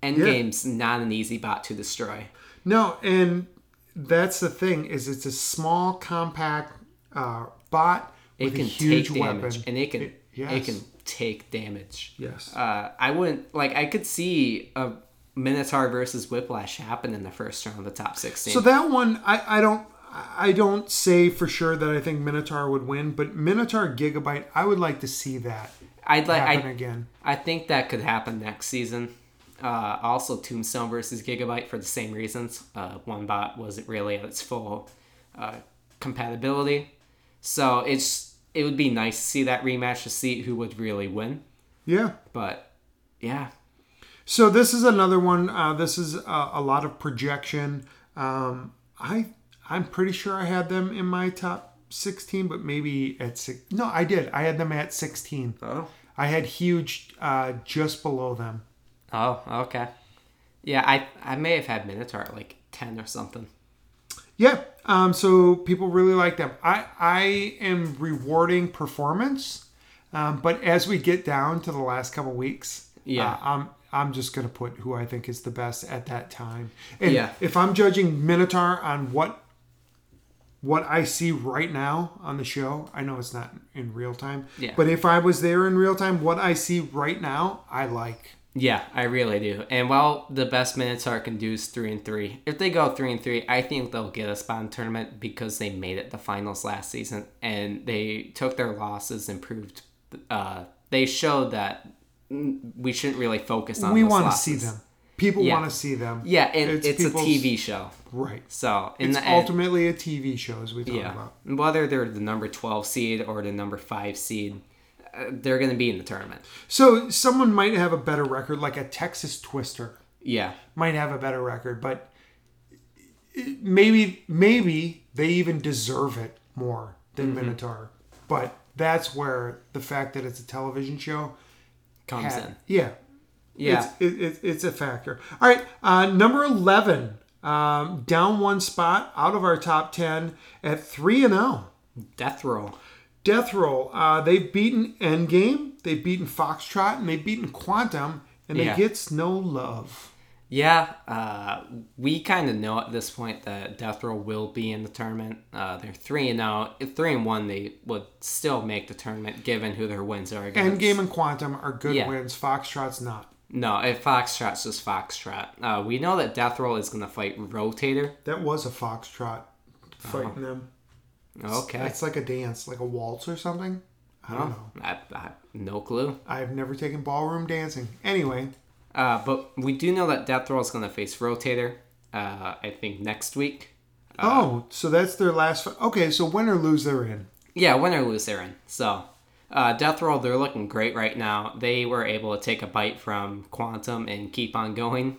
Speaker 2: Endgame's not an easy bot to destroy.
Speaker 1: No, and that's the thing is it's a small, compact uh, bot
Speaker 2: It
Speaker 1: with a
Speaker 2: can
Speaker 1: huge
Speaker 2: take damage,
Speaker 1: weapon.
Speaker 2: and it can
Speaker 1: It-
Speaker 2: it,
Speaker 1: yes.
Speaker 2: can take damage.
Speaker 1: yes.
Speaker 2: Uh, I wouldn't like. I could see a Minotaur versus Whiplash happen in the first round of the top sixteen.
Speaker 1: So that one, I, I don't, I don't say for sure that I think Minotaur would win, but Minotaur Gigabyte, I would like to see that
Speaker 2: I'd like.
Speaker 1: happen
Speaker 2: I,
Speaker 1: again.
Speaker 2: I think that could happen next season. Uh, also, Tombstone versus Gigabyte for the same reasons. Uh, one bot wasn't really at its full uh, compatibility, so it's it would be nice to see that rematch to see who would really win.
Speaker 1: Yeah.
Speaker 2: But yeah,
Speaker 1: So this is another one. Uh, this is a, a lot of projection. Um, I, I'm pretty sure I had them in my top 16, but maybe at six. No, I did. I had them at 16.
Speaker 2: oh,
Speaker 1: I had huge uh, just below them.
Speaker 2: oh, okay, yeah. I I may have had Minotaur at like ten or something.
Speaker 1: Yeah. Um, so people really like them. I I am rewarding performance, um, but as we get down to the last couple weeks,
Speaker 2: Yeah.
Speaker 1: uh, I'm I'm just gonna put who I think is the best at that time. And
Speaker 2: Yeah.
Speaker 1: if I'm judging Minotaur on what what I see right now on the show, I know it's not in real time.
Speaker 2: Yeah.
Speaker 1: But if I was there in real time, what I see right now, I like.
Speaker 2: Yeah, I really do. And while the best Minotaur can do is three and three, if they go three and three, I think they'll get a spot in tournament because they made it the finals last season and they took their losses and proved. Uh, they showed that we shouldn't really focus on.
Speaker 1: we
Speaker 2: those
Speaker 1: want to
Speaker 2: losses.
Speaker 1: see them. People
Speaker 2: Yeah.
Speaker 1: want to see them.
Speaker 2: Yeah, and it's, a
Speaker 1: people's-
Speaker 2: TV show,
Speaker 1: Right.
Speaker 2: so in
Speaker 1: It's
Speaker 2: the end,
Speaker 1: ultimately a TV show, as we talk
Speaker 2: yeah,
Speaker 1: about.
Speaker 2: whether they're the number twelve seed or the number five seed, uh, they're going to be in the tournament.
Speaker 1: So someone might have a better record, like a Texas Twister
Speaker 2: Yeah,
Speaker 1: might have a better record, but maybe maybe they even deserve it more than Minotaur. But that's where the fact that it's a television show,
Speaker 2: comes
Speaker 1: had-
Speaker 2: in.
Speaker 1: yeah,
Speaker 2: Yeah,
Speaker 1: it's, it, it, it's a factor. All right, uh, number eleven, um, down one spot out of our top ten at three and oh. zero.
Speaker 2: death roll.
Speaker 1: Death Roll. Uh, they've beaten Endgame, they've beaten Foxtrot, and they've beaten Quantum, and they
Speaker 2: Yeah.
Speaker 1: gets no love.
Speaker 2: Yeah, uh, we kind of know at this point that Death Row will be in the tournament. Uh, they're three and out. If three and one, they would still make the tournament given who their wins are against.
Speaker 1: Endgame and Quantum are good
Speaker 2: Yeah.
Speaker 1: wins. Foxtrot's not.
Speaker 2: No, if Foxtrot's just Foxtrot. Uh, we know that Death Roll is gonna fight Rotator.
Speaker 1: That was a Foxtrot fighting them.
Speaker 2: Uh-huh. Okay. Hmm.
Speaker 1: It's like a dance, like a waltz or something. I don't know.
Speaker 2: I, I, no clue.
Speaker 1: I've never taken ballroom dancing. Anyway,
Speaker 2: Uh, but we do know that Death Roll is gonna face Rotator. Uh, I think next week.
Speaker 1: oh, so that's their last. Fi- okay, so win or lose, they're in.
Speaker 2: Yeah, win or lose, Aaron. So, uh, Death Roll, they're looking great right now. They were able to take a bite from Quantum and keep on going.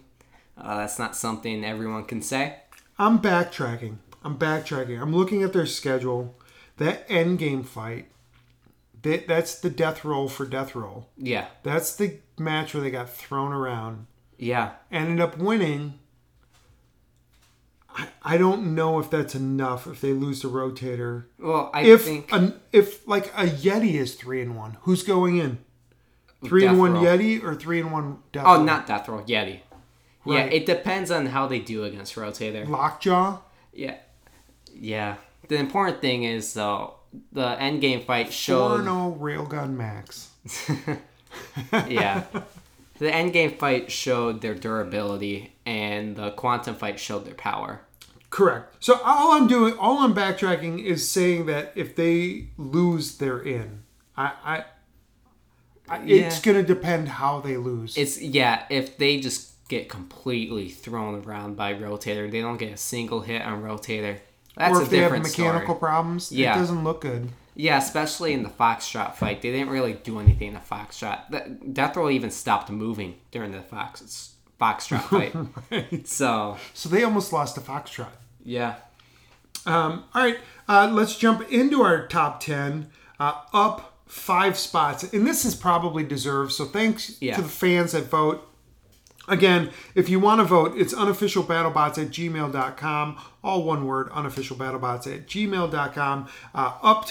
Speaker 2: Uh, that's not something everyone can say.
Speaker 1: I'm backtracking. I'm backtracking. I'm looking at their schedule. That Endgame fight. That, that's the death roll for death roll.
Speaker 2: Yeah,
Speaker 1: That's the match where they got thrown around,
Speaker 2: yeah.
Speaker 1: ended up winning. I, I don't know if that's enough. If they lose the rotator,
Speaker 2: Well, I
Speaker 1: if
Speaker 2: think
Speaker 1: an, if like a Yeti is three and one, who's going in? Three and
Speaker 2: Death
Speaker 1: one
Speaker 2: Row.
Speaker 1: Yeti or three and one? Death
Speaker 2: Oh,
Speaker 1: Row?
Speaker 2: not Death Roll, Yeti. Yeah,
Speaker 1: Right.
Speaker 2: it depends on how they do against Rotator.
Speaker 1: Lockjaw.
Speaker 2: Yeah, yeah. The important thing is though, the end game fight
Speaker 1: Four
Speaker 2: showed.
Speaker 1: and oh Railgun Max.
Speaker 2: yeah. The endgame fight showed their durability, and the quantum fight showed their power.
Speaker 1: Correct. So all I'm doing, all I'm backtracking is saying that if they lose, they're in. I, I, I it's
Speaker 2: Yeah.
Speaker 1: gonna depend how they lose.
Speaker 2: It's yeah, if they just get completely thrown around by rotator, they don't get a single hit on rotator. That's
Speaker 1: or
Speaker 2: a
Speaker 1: if they have
Speaker 2: different
Speaker 1: mechanical
Speaker 2: story.
Speaker 1: problems,
Speaker 2: Yeah.
Speaker 1: it doesn't look good.
Speaker 2: Yeah, especially in the Foxtrot fight, they didn't really do anything in the Foxtrot. The- Death Roll even stopped moving during the Fox Foxtrot fight. So
Speaker 1: So they almost lost to Foxtrot.
Speaker 2: yeah,
Speaker 1: Um, all right, uh, let's jump into our top ten. Uh, up five spots, and this is probably deserved. So thanks
Speaker 2: Yeah.
Speaker 1: to the fans that vote. Again, if you want to vote, it's unofficialbattlebots at gmail.com. All one word, unofficialbattlebots at gmail.com. Uh, up,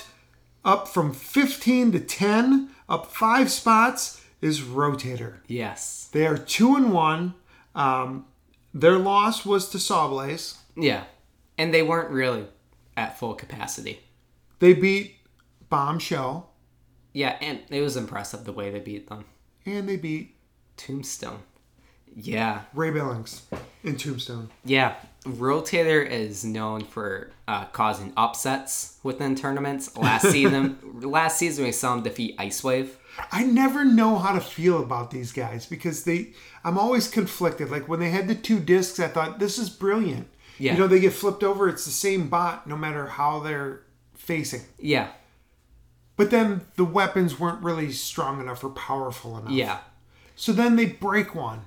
Speaker 1: up from 15 to 10, up five spots is Rotator.
Speaker 2: yes,
Speaker 1: They are two and one. Um, their loss was to Sawblaze.
Speaker 2: yeah, and they weren't really at full capacity.
Speaker 1: They beat Bombshell
Speaker 2: Yeah, and it was impressive the way they beat them.
Speaker 1: and they beat
Speaker 2: Tombstone. Yeah,
Speaker 1: Ray Billings in Tombstone.
Speaker 2: Yeah, Rotator is known for uh, causing upsets within tournaments. Last season, last season we saw him defeat Ice Wave.
Speaker 1: I never know how to feel about these guys because they I'm always conflicted. Like when they had the two discs, I thought this is brilliant.
Speaker 2: Yeah.
Speaker 1: You know, they get flipped over, it's the same bot no matter how they're facing.
Speaker 2: Yeah,
Speaker 1: But then the weapons weren't really strong enough or powerful enough.
Speaker 2: yeah,
Speaker 1: So then they break one.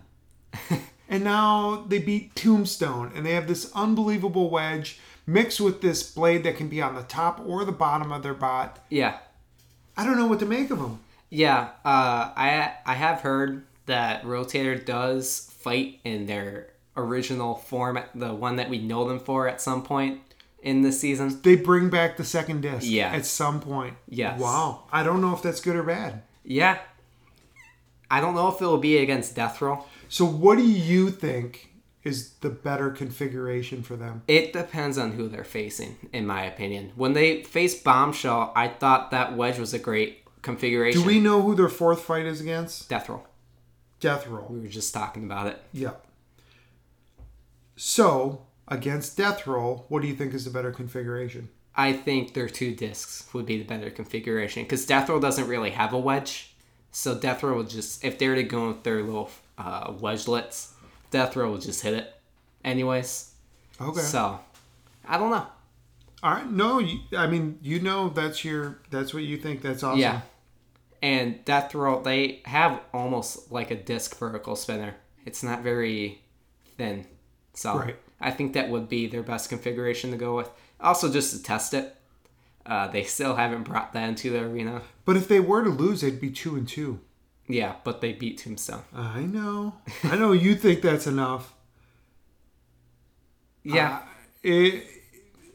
Speaker 1: and now they beat Tombstone and they have this unbelievable wedge mixed with this blade that can be on the top or the bottom of their bot.
Speaker 2: yeah,
Speaker 1: I don't know what to make of them.
Speaker 2: yeah. Uh, I I have heard that Rotator does fight in their original form, the one that we know them for at some point in this season.
Speaker 1: They bring back the second disc
Speaker 2: Yeah.
Speaker 1: at some point.
Speaker 2: Yes.
Speaker 1: Wow. I don't know if that's good or bad.
Speaker 2: Yeah, I don't know if it will be against Death Roll.
Speaker 1: So what do you think is the better configuration for them?
Speaker 2: It depends on who they're facing, in my opinion. When they face Bombshell, I thought that Wedge was a great configuration.
Speaker 1: Do we know who their fourth fight is against?
Speaker 2: Death Roll.
Speaker 1: Death Roll.
Speaker 2: We were just talking about it.
Speaker 1: Yep. So against Death Roll, what do you think is the better configuration?
Speaker 2: I think their two discs would be the better configuration because Death Roll doesn't really have a wedge. So Death Roll will just, if they were to go with their little uh, wedgelets, Death Roll will just hit it anyways.
Speaker 1: Okay.
Speaker 2: So, I don't know.
Speaker 1: All right. No, you, I mean you know that's your that's what you think. That's awesome.
Speaker 2: Yeah. And Death Roll, they have almost like a disc vertical spinner. It's not very thin. So
Speaker 1: Right.
Speaker 2: I think that would be their best configuration to go with. Also, just to test it, uh, they still haven't brought that into the arena.
Speaker 1: But if they were to lose, they'd be two and two.
Speaker 2: Yeah, but they beat Tombstone.
Speaker 1: I know. I know you think that's enough.
Speaker 2: Yeah.
Speaker 1: It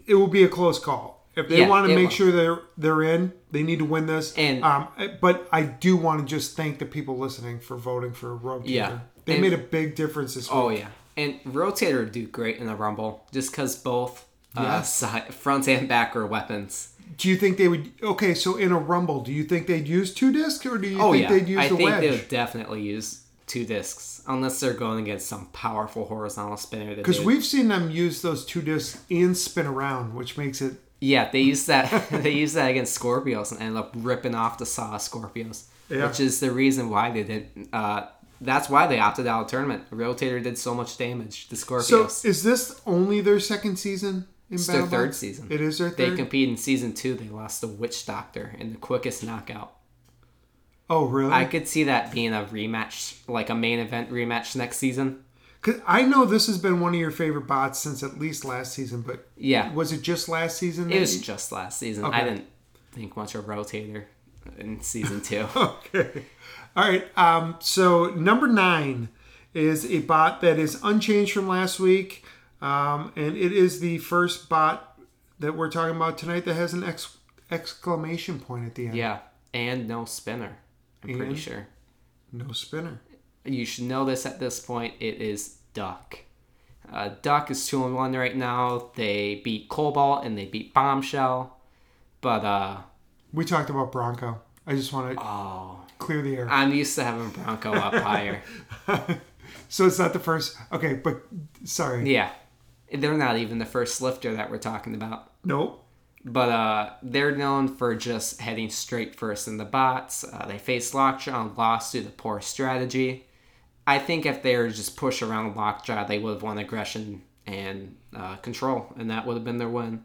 Speaker 1: it will be a close call. If they
Speaker 2: Yeah,
Speaker 1: want to
Speaker 2: it
Speaker 1: make
Speaker 2: will.
Speaker 1: sure they're they're in, they need to win this.
Speaker 2: And-
Speaker 1: um, but I do want to just thank the people listening for voting for Road Killer.
Speaker 2: Yeah.
Speaker 1: They
Speaker 2: And-
Speaker 1: made a big difference this week.
Speaker 2: oh, yeah. And Rotator would do great in the Rumble just because both
Speaker 1: Yeah.
Speaker 2: uh, side, front and back are weapons.
Speaker 1: Do you think they would? Okay, so in a rumble, do you think they'd use two disc or do you
Speaker 2: Oh,
Speaker 1: think
Speaker 2: yeah.
Speaker 1: they'd use
Speaker 2: I
Speaker 1: the
Speaker 2: think
Speaker 1: wedge?
Speaker 2: they would definitely use two discs unless they're going against some powerful horizontal spinner. that
Speaker 1: Because
Speaker 2: they-
Speaker 1: we've seen them use those two discs and spin around, which makes it
Speaker 2: Yeah, they use that. they use that against Scorpios and end up ripping off the Saw Scorpios,
Speaker 1: Yeah.
Speaker 2: which is the reason why they did. Uh, that's why they opted out of the tournament. Rotator did so much damage to
Speaker 1: So
Speaker 2: Scorpios.
Speaker 1: is this only their second season in
Speaker 2: it's their
Speaker 1: Battlebots?
Speaker 2: third season.
Speaker 1: It is their
Speaker 2: They
Speaker 1: third.
Speaker 2: competed in season two. They lost to Witch Doctor in the quickest knockout.
Speaker 1: oh, really?
Speaker 2: I could see that being a rematch, like a main event rematch next season.
Speaker 1: 'Cause I know this has been one of your favorite bots since at least last season, but
Speaker 2: Yeah,
Speaker 1: was it just last season?
Speaker 2: it was just last season. I
Speaker 1: Okay.
Speaker 2: didn't think much of Rotator in season two.
Speaker 1: okay. All right. Um, so number nine is a bot that is unchanged from last week, um, and it is the first bot that we're talking about tonight that has an ex- exclamation point at the end.
Speaker 2: yeah, and no spinner. I'm pretty
Speaker 1: And?
Speaker 2: sure.
Speaker 1: No spinner.
Speaker 2: you should know this at this point. It is Duck. Uh, Duck is two and one right now. They beat Cobalt and they beat Bombshell. But uh,
Speaker 1: We talked about Bronco. I just want to
Speaker 2: oh,
Speaker 1: clear the air.
Speaker 2: I'm used to having Bronco up higher.
Speaker 1: So it's not the first. Okay, but sorry.
Speaker 2: Yeah, they're not even the first lifter that we're talking about.
Speaker 1: Nope.
Speaker 2: But uh, they're known for just heading straight first in the bots. Uh, they faced Lockjaw and lost due to poor strategy. I think if they were just push around Lockjaw, they would have won aggression and uh, control, and that would have been their win.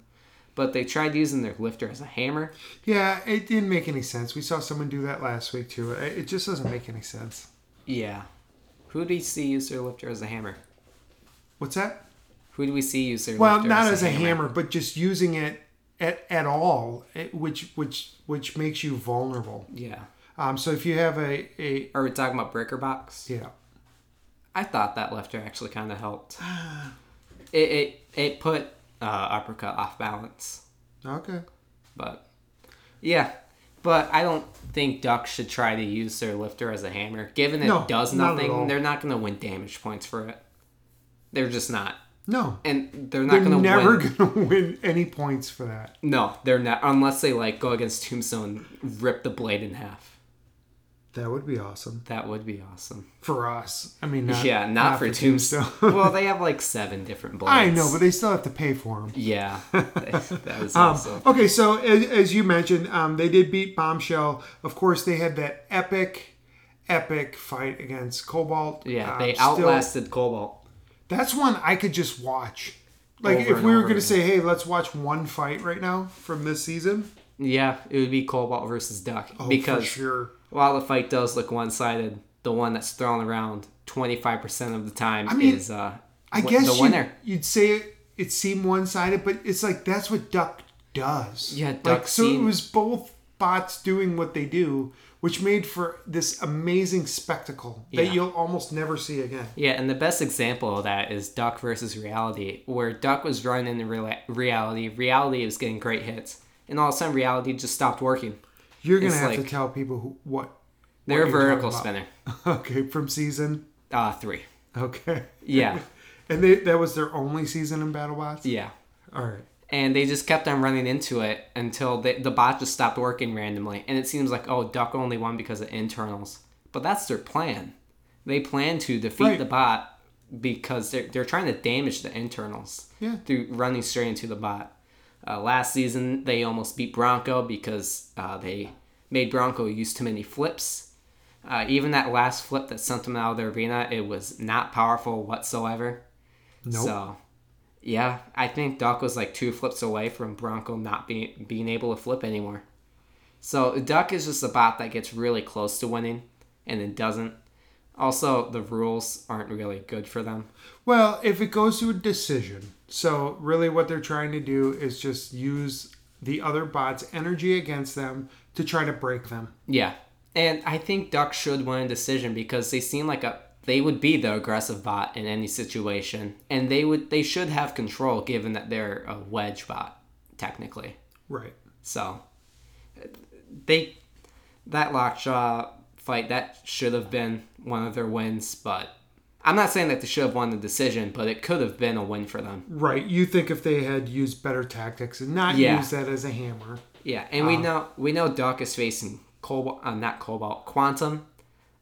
Speaker 2: But they tried using their lifter as a hammer.
Speaker 1: Yeah, it didn't make any sense. We saw someone do that last week too. It it just doesn't make any sense.
Speaker 2: Yeah. Who do we see use their lifter as a hammer?
Speaker 1: What's that?
Speaker 2: Who do we see use their
Speaker 1: Well,
Speaker 2: lifter
Speaker 1: not as a hammer, but just using it at, at all, it- which which which makes you vulnerable.
Speaker 2: Yeah.
Speaker 1: Um, so if you have a a
Speaker 2: Are we talking about breaker box?
Speaker 1: yeah,
Speaker 2: I thought that lifter actually kind of helped. it, it it put uh, uppercut off balance.
Speaker 1: okay,
Speaker 2: But yeah, but I don't think Ducks should try to use their lifter as a hammer. Given it
Speaker 1: No,
Speaker 2: does
Speaker 1: not at
Speaker 2: nothing,
Speaker 1: all.
Speaker 2: they're not going to win damage points for it. They're just not,
Speaker 1: no,
Speaker 2: and they're not
Speaker 1: they're
Speaker 2: going to
Speaker 1: never
Speaker 2: win.
Speaker 1: gonna win any points for that.
Speaker 2: no, they're not unless they like go against Tombstone, and rip the blade in half.
Speaker 1: That would be awesome
Speaker 2: That would be awesome.
Speaker 1: for us. I mean, not,
Speaker 2: yeah, not, for, Tombstone. well, they have like seven different blades.
Speaker 1: I know, but they still have to pay for them.
Speaker 2: yeah, that was
Speaker 1: Um,
Speaker 2: awesome.
Speaker 1: Okay, so as, as you mentioned, um, they did beat Bombshell. Of course, they had that epic, epic fight against Cobalt.
Speaker 2: Yeah,
Speaker 1: Um,
Speaker 2: they
Speaker 1: still-
Speaker 2: outlasted Cobalt.
Speaker 1: that's one I could just watch. Like
Speaker 2: Over
Speaker 1: if
Speaker 2: and
Speaker 1: we were
Speaker 2: over
Speaker 1: going to
Speaker 2: again.
Speaker 1: say, hey, let's watch one fight right now from this season.
Speaker 2: Yeah, it would be Cobalt versus Duck
Speaker 1: Oh,
Speaker 2: because
Speaker 1: for sure.
Speaker 2: while the fight does look one sided, the one that's thrown around 25% of the time
Speaker 1: mean,
Speaker 2: is uh,
Speaker 1: I
Speaker 2: wi-
Speaker 1: guess
Speaker 2: the winner.
Speaker 1: You'd, you'd say it, it seemed one sided, but it's like that's what Duck does.
Speaker 2: Yeah,
Speaker 1: like,
Speaker 2: Duck
Speaker 1: so it
Speaker 2: seemed-
Speaker 1: was both bots doing what they do, which made for this amazing spectacle that
Speaker 2: Yeah.
Speaker 1: you'll almost never see again.
Speaker 2: Yeah, and the best example of that is Duck versus Reality, where Duck was running into rela- reality. Reality was getting great hits, and all of a sudden, Reality just stopped working.
Speaker 1: You're gonna
Speaker 2: It's
Speaker 1: have to
Speaker 2: like-
Speaker 1: tell people who, what.
Speaker 2: They're a
Speaker 1: you're
Speaker 2: vertical
Speaker 1: talking
Speaker 2: spinner.
Speaker 1: Okay, from season.
Speaker 2: Uh, three.
Speaker 1: Okay.
Speaker 2: Yeah,
Speaker 1: And they, that was their only season in BattleBots.
Speaker 2: yeah.
Speaker 1: All right.
Speaker 2: And they just kept on running into it until they, the bot just stopped working randomly. And it seems like, oh, Duck only won because of internals. But that's their plan. They plan to defeat
Speaker 1: Right.
Speaker 2: the bot because they're, they're trying to damage the internals
Speaker 1: Yeah.
Speaker 2: through running straight into the bot. Uh, last season, they almost beat Bronco because uh, they made Bronco use too many flips. Uh, even that last flip that sent them out of the arena, it was not powerful whatsoever.
Speaker 1: Nope.
Speaker 2: So, yeah, I think Doc was like two flips away from Bronco not being being able to flip anymore. So Duck is just a bot that gets really close to winning, and then doesn't. Also, the rules aren't really good for them.
Speaker 1: Well, if it goes to a decision, so really what they're trying to do is just use the other bot's energy against them to try to break them.
Speaker 2: Yeah, and I think Duck should win a decision because they seem like a they would be the aggressive bot in any situation, and they would they should have control given that they're a wedge bot technically.
Speaker 1: Right.
Speaker 2: So they that lockjaw fight that should have been one of their wins, but I'm not saying that they should have won the decision, but it could have been a win for them.
Speaker 1: Right. You think if they had used better tactics and not
Speaker 2: Yeah.
Speaker 1: use that as a hammer.
Speaker 2: Yeah, and
Speaker 1: Um,
Speaker 2: we know we know Doc is facing cobalt, uh, not cobalt, quantum.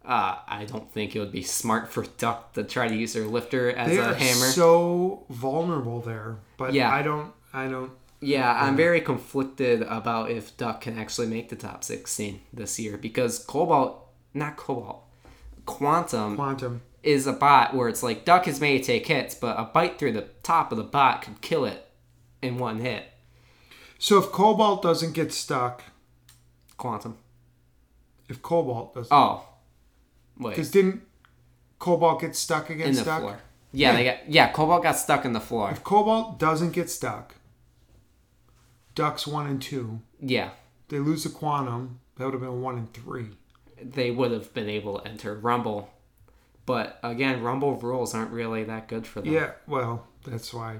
Speaker 2: Uh, I don't think it would be smart for Duck to try to use their lifter as
Speaker 1: They
Speaker 2: a
Speaker 1: are
Speaker 2: hammer.
Speaker 1: so vulnerable there, but
Speaker 2: Yeah.
Speaker 1: I don't I don't
Speaker 2: Yeah, I'm very conflicted about if Duck can actually make the top 16 this year because Cobalt, not Cobalt, Quantum
Speaker 1: quantum.
Speaker 2: is a bot where it's like Duck is made to take hits, but a bite through the top of the bot could kill it in one hit.
Speaker 1: So if cobalt doesn't get stuck,
Speaker 2: Quantum.
Speaker 1: if cobalt doesn't
Speaker 2: Oh, wait,
Speaker 1: because didn't cobalt get stuck
Speaker 2: in
Speaker 1: against
Speaker 2: the
Speaker 1: stuck?
Speaker 2: floor. Yeah, they got yeah. Cobalt got stuck in the floor.
Speaker 1: If cobalt doesn't get stuck, ducks one and two.
Speaker 2: Yeah,
Speaker 1: They lose the quantum. That would have been one and three.
Speaker 2: they would have been able to enter Rumble, but again, Rumble rules aren't really that good for them.
Speaker 1: Yeah, well, that's why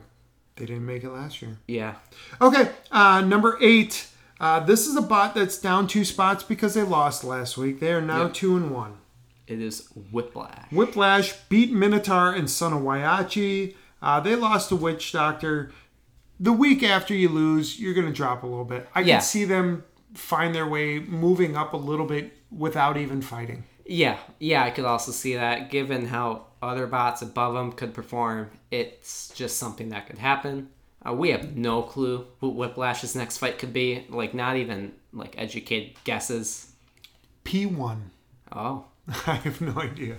Speaker 1: they didn't make it last year.
Speaker 2: yeah.
Speaker 1: Okay, uh, number eight. Uh, this is a bot that's down two spots because they lost last week. They are now
Speaker 2: Yep.
Speaker 1: two and one.
Speaker 2: It is Whiplash.
Speaker 1: Whiplash beat Minotaur and Son of Waiachi. Uh, they lost to Witch Doctor. The week after you lose, you're going to drop a little bit. I
Speaker 2: Yeah.
Speaker 1: can see them find their way moving up a little bit without even fighting.
Speaker 2: Yeah, yeah, I could also see that. Given how other bots above them could perform, it's just something that could happen. Uh, we have no clue what Whiplash's next fight could be. Like, not even like educated guesses.
Speaker 1: P1.
Speaker 2: Oh,
Speaker 1: I have no idea.